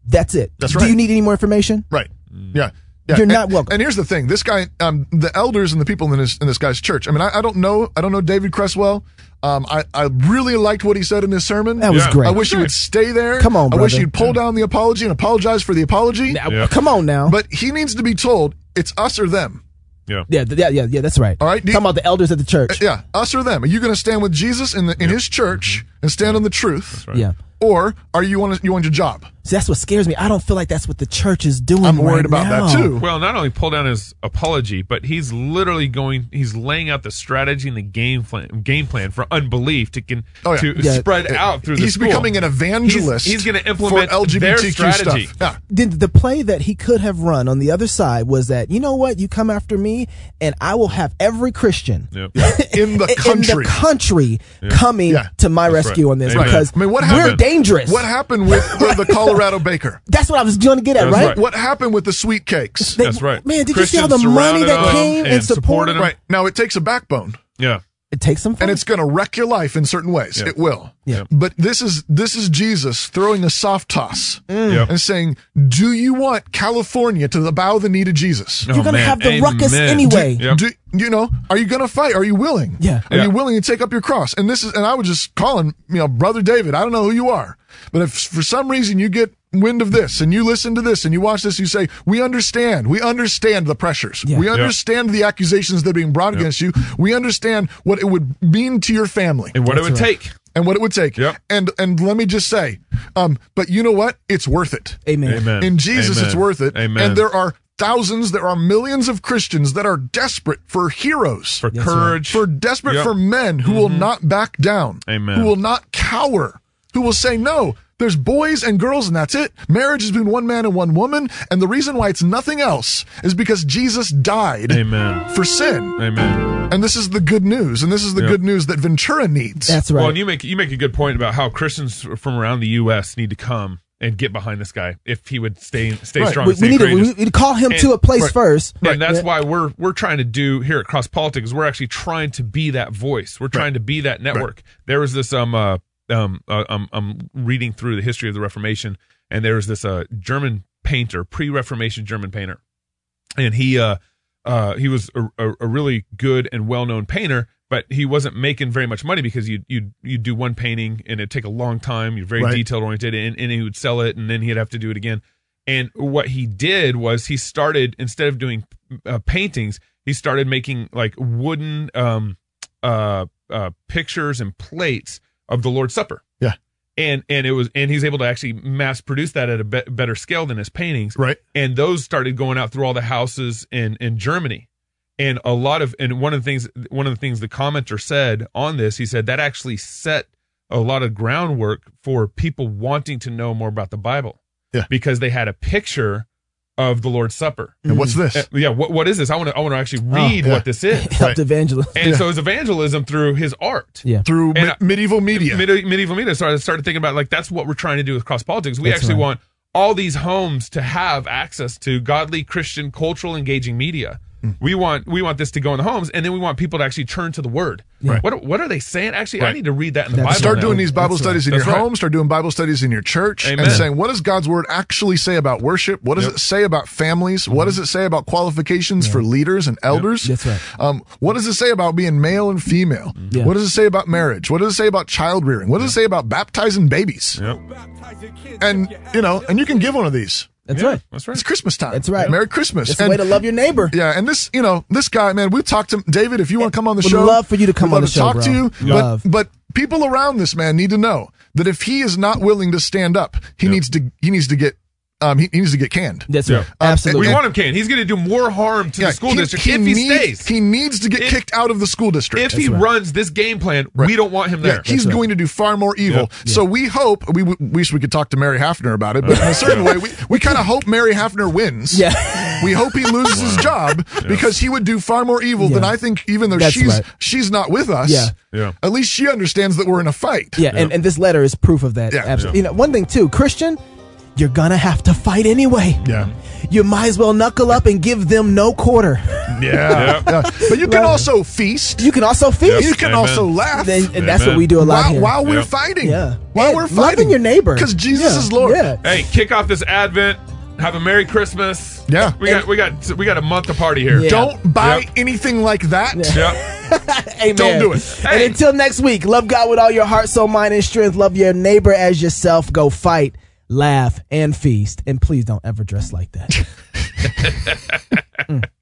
C: That's it.
B: That's
C: Do
B: right.
C: you need any more information?
B: Right.
A: Mm.
B: Yeah. Yeah.
C: You're
B: And-
C: not welcome.
B: And here's the thing: this guy, um, the elders and the people in this in this guy's church. I mean, I, I don't know. I don't know David Cresswell. Um, I, I really liked what he said in his sermon.
C: That was
A: Yeah.
C: great.
B: I wish he would stay there.
C: Come on,
B: I wish
C: brother.
B: he'd pull down the apology and apologize for the apology.
C: Now,
A: Yeah.
C: Come on now.
B: But he needs to be told it's us or them.
A: yeah.
C: yeah, th- yeah, yeah, yeah, that's right.
B: All right, do you-
C: Talking about the elders at the church.
B: Yeah, us or them. Are you going to stand with Jesus in the, in his church and stand on the truth,
A: Mm-hmm. right.
C: Yeah.
B: or are you on you on your job?
C: See, that's what scares me. I don't feel like that's what the church is doing.
B: I'm worried
C: right
B: about that
C: now.
B: too.
A: Well, not only pull down his apology, but he's literally going. He's laying out the strategy and the game plan, game plan for unbelief to can
B: Oh, yeah.
A: to
C: Yeah.
A: spread out through the
B: He's
A: school.
B: becoming an evangelist.
A: He's, going to implement
B: for LGBTQ
A: their strategy.
B: stuff. Yeah.
C: Did the play that he could have run on the other side was that you know what you come after me and I will have every Christian
A: Yep.
B: In the
C: in the
B: country.
C: country coming
B: Yeah.
C: to my
A: That's
C: rescue
A: right.
C: on this
A: Amen.
C: because
B: I mean, what
C: we're
B: happened?
C: dangerous.
B: What happened with with the Colorado Baker?
C: that's what I was going to get at,
A: That's
C: right?
A: right.
B: What happened with the sweet cakes?
C: They-
A: That's right.
C: Man, did you
A: Christians
C: see all the money
A: surrounded
C: that
A: him
C: came and,
A: and
C: supported?
A: supported
C: him?
A: him.
B: Right. Now it takes a backbone
A: Yeah,
C: It takes some.
B: and it's going to wreck your life in certain ways. It will.
C: Yeah.
B: But this is this is Jesus throwing a soft toss
C: Mm.
A: Yep.
B: and saying, "Do you want California to the bow the knee to Jesus?
A: Oh,
C: You're gonna
A: man.
C: have the ruckus
A: Amen.
C: anyway.
A: Yep.
B: Do you know? Are you going to fight? Are you willing?
C: Yeah.
B: Are
A: Yeah.
B: you willing to take up your cross? And this is and I was just calling, you know, brother David. I don't know who you are, but if for some reason you get wind of this and you listen to this and you watch this, you say, "We understand. We understand the pressures.
C: Yeah.
B: We
C: Yeah.
B: understand the accusations that are being brought against you. We understand what it would mean to your family."
A: and what it would take.
B: and what it would take.
A: Yep.
B: And and let me just say, um, but you know what? It's worth it.
C: Amen.
A: Amen.
B: In Jesus,
A: Amen.
B: it's worth it.
A: Amen.
B: And there are thousands, there are millions of Christians that are desperate for heroes,
A: for courage.
B: for desperate
A: Yep. Mm-hmm.
B: for men who will not back down,
A: Amen.
B: who will not cower, who will say no. There's boys and girls, and that's it. Marriage has been one man and one woman, and the reason why it's nothing else is because Jesus died
A: Amen.
B: for sin.
A: Amen.
B: And this is the good news, and this is the good news that Ventura needs.
C: That's right.
A: Well, and you make you make a good point about how Christians from around the U.S. need to come and get behind this guy if he would stay stay
B: Right.
A: strong.
C: we,
A: stay
C: we need to we
A: courageous.
C: need to call him
A: And-
C: to a place first.
A: And that's why we're we're trying to do here at Cross Politics. We're actually trying to be that voice. We're trying to be that network. There was this um uh, um uh, um I'm reading through the history of the Reformation, and there was this uh German painter, pre-Reformation German painter, and he uh uh he was a, a, a really good and well-known painter. But he wasn't making very much money because you you you do one painting and it'd take a long time. You're very
B: Right.
A: detail oriented, and, and he would sell it, and then he'd have to do it again. And what he did was he started instead of doing uh, paintings, he started making like wooden um, uh, uh, pictures and plates of the Lord's Supper.
B: Yeah.
A: and and it was and he's able to actually mass produce that at a be- better scale than his paintings.
B: Right.
A: and those started going out through all the houses in in Germany. and a lot of and one of the things one of the things the commenter said on this he said that actually set a lot of groundwork for people wanting to know more about the bible
B: Yeah.
A: because they had a picture of the lord's supper
B: And what's this?
A: Uh, yeah what, what is this i want to i want to actually read
B: Oh, yeah.
A: what this is
B: Right.
C: helped evangelism.
A: and so it's evangelism through his art
C: Yeah.
B: Through
A: and
B: me-
A: I-
B: medieval media.
A: Medi- medieval media. So I started thinking about like that's what we're trying to do with cross politics. We
C: That's
A: actually
C: right.
A: want all these homes to have access to godly Christian cultural engaging media.
B: Hmm.
A: We want we want this to go in the homes, and then we want people to actually turn to the Word.
B: Right.
A: What what are they saying? Actually, I
B: Right.
A: need to read that in the
C: That's-
A: Bible.
B: Start
A: now.
B: doing these Bible
C: That's
B: studies in
A: right.
B: your
A: That's right.
B: home. Start doing Bible studies in your church
A: Amen.
B: and saying, what does God's word actually say about worship? What does it say about families? What
A: Mm-hmm.
B: does it say about qualifications for leaders and elders?
C: That's right.
B: Um, what does it say about being male and female?
A: Mm-hmm.
C: Yeah.
B: What does it say about marriage? What does it say about child rearing? What does it say about baptizing babies? And, you know, and you can give one of these.
C: That's
A: Yeah,
C: right.
A: That's
B: It's
A: right.
B: Christmas time.
C: That's right.
B: Merry Christmas.
C: It's a
B: And-
C: way to love your neighbor.
B: yeah, and this, you know, this guy, man, we talked to him. David. If you want to come on the
C: Would
B: show,
C: love for you to come
B: we'd
C: on
B: love
C: the show,
B: Talk to
C: bro.
B: you,
C: Love.
B: but but people around this man need to know that if he is not willing to stand up, he needs to he needs to get um he, he needs to get canned.
C: That's
A: Yeah.
C: right. Absolutely.
A: We want him, Can. He's going to do more harm to the school district if he
B: needs,
A: stays.
B: he needs to get
A: If-
B: kicked out of the school
A: if
B: district.
A: he runs this game plan, we don't want him
B: Yeah,
A: there.
B: he's going to do far more evil. So we hope we, we wish we could talk to Mary Hafner about it, but in a certain way, we, we kind of hope Mary Hafner wins.
C: Yeah.
B: we hope he loses his job because he would do far more evil than
C: Yeah.
B: I think. Even though
C: That's
B: she's
C: right.
B: she's not with us,
C: Yeah.
A: Yeah.
B: at least she understands that we're in a fight.
C: Yeah, and, and this letter is proof of that.
B: Yeah.
C: Absolutely. You know, one thing too, Christian, you're gonna have to fight anyway.
B: Yeah.
C: You might as well knuckle up and give them no quarter.
B: yeah, yeah. But you can
C: Right.
B: also feast.
C: You can also feast.
B: You can
A: Amen.
B: also laugh.
C: Then- and that's what
A: Amen.
C: we do a lot
B: while,
C: here.
B: while we're
A: Yeah.
B: fighting,
C: Yeah.
B: while
C: And
B: we're fighting,
C: loving your neighbor.
B: because Jesus
C: Yeah,
B: is Lord.
C: yeah.
A: Hey, kick off this Advent. Have a Merry Christmas.
B: Yeah.
A: we got we got we got a month to party here.
C: Yeah.
B: Don't buy
A: Yep.
B: anything like that.
A: Yeah.
C: Amen.
B: Don't do it.
A: Hey.
C: And until next week, love God with all your heart, soul, mind, and strength. Love your neighbor as yourself. Go fight, laugh, and feast. And please don't ever dress like that.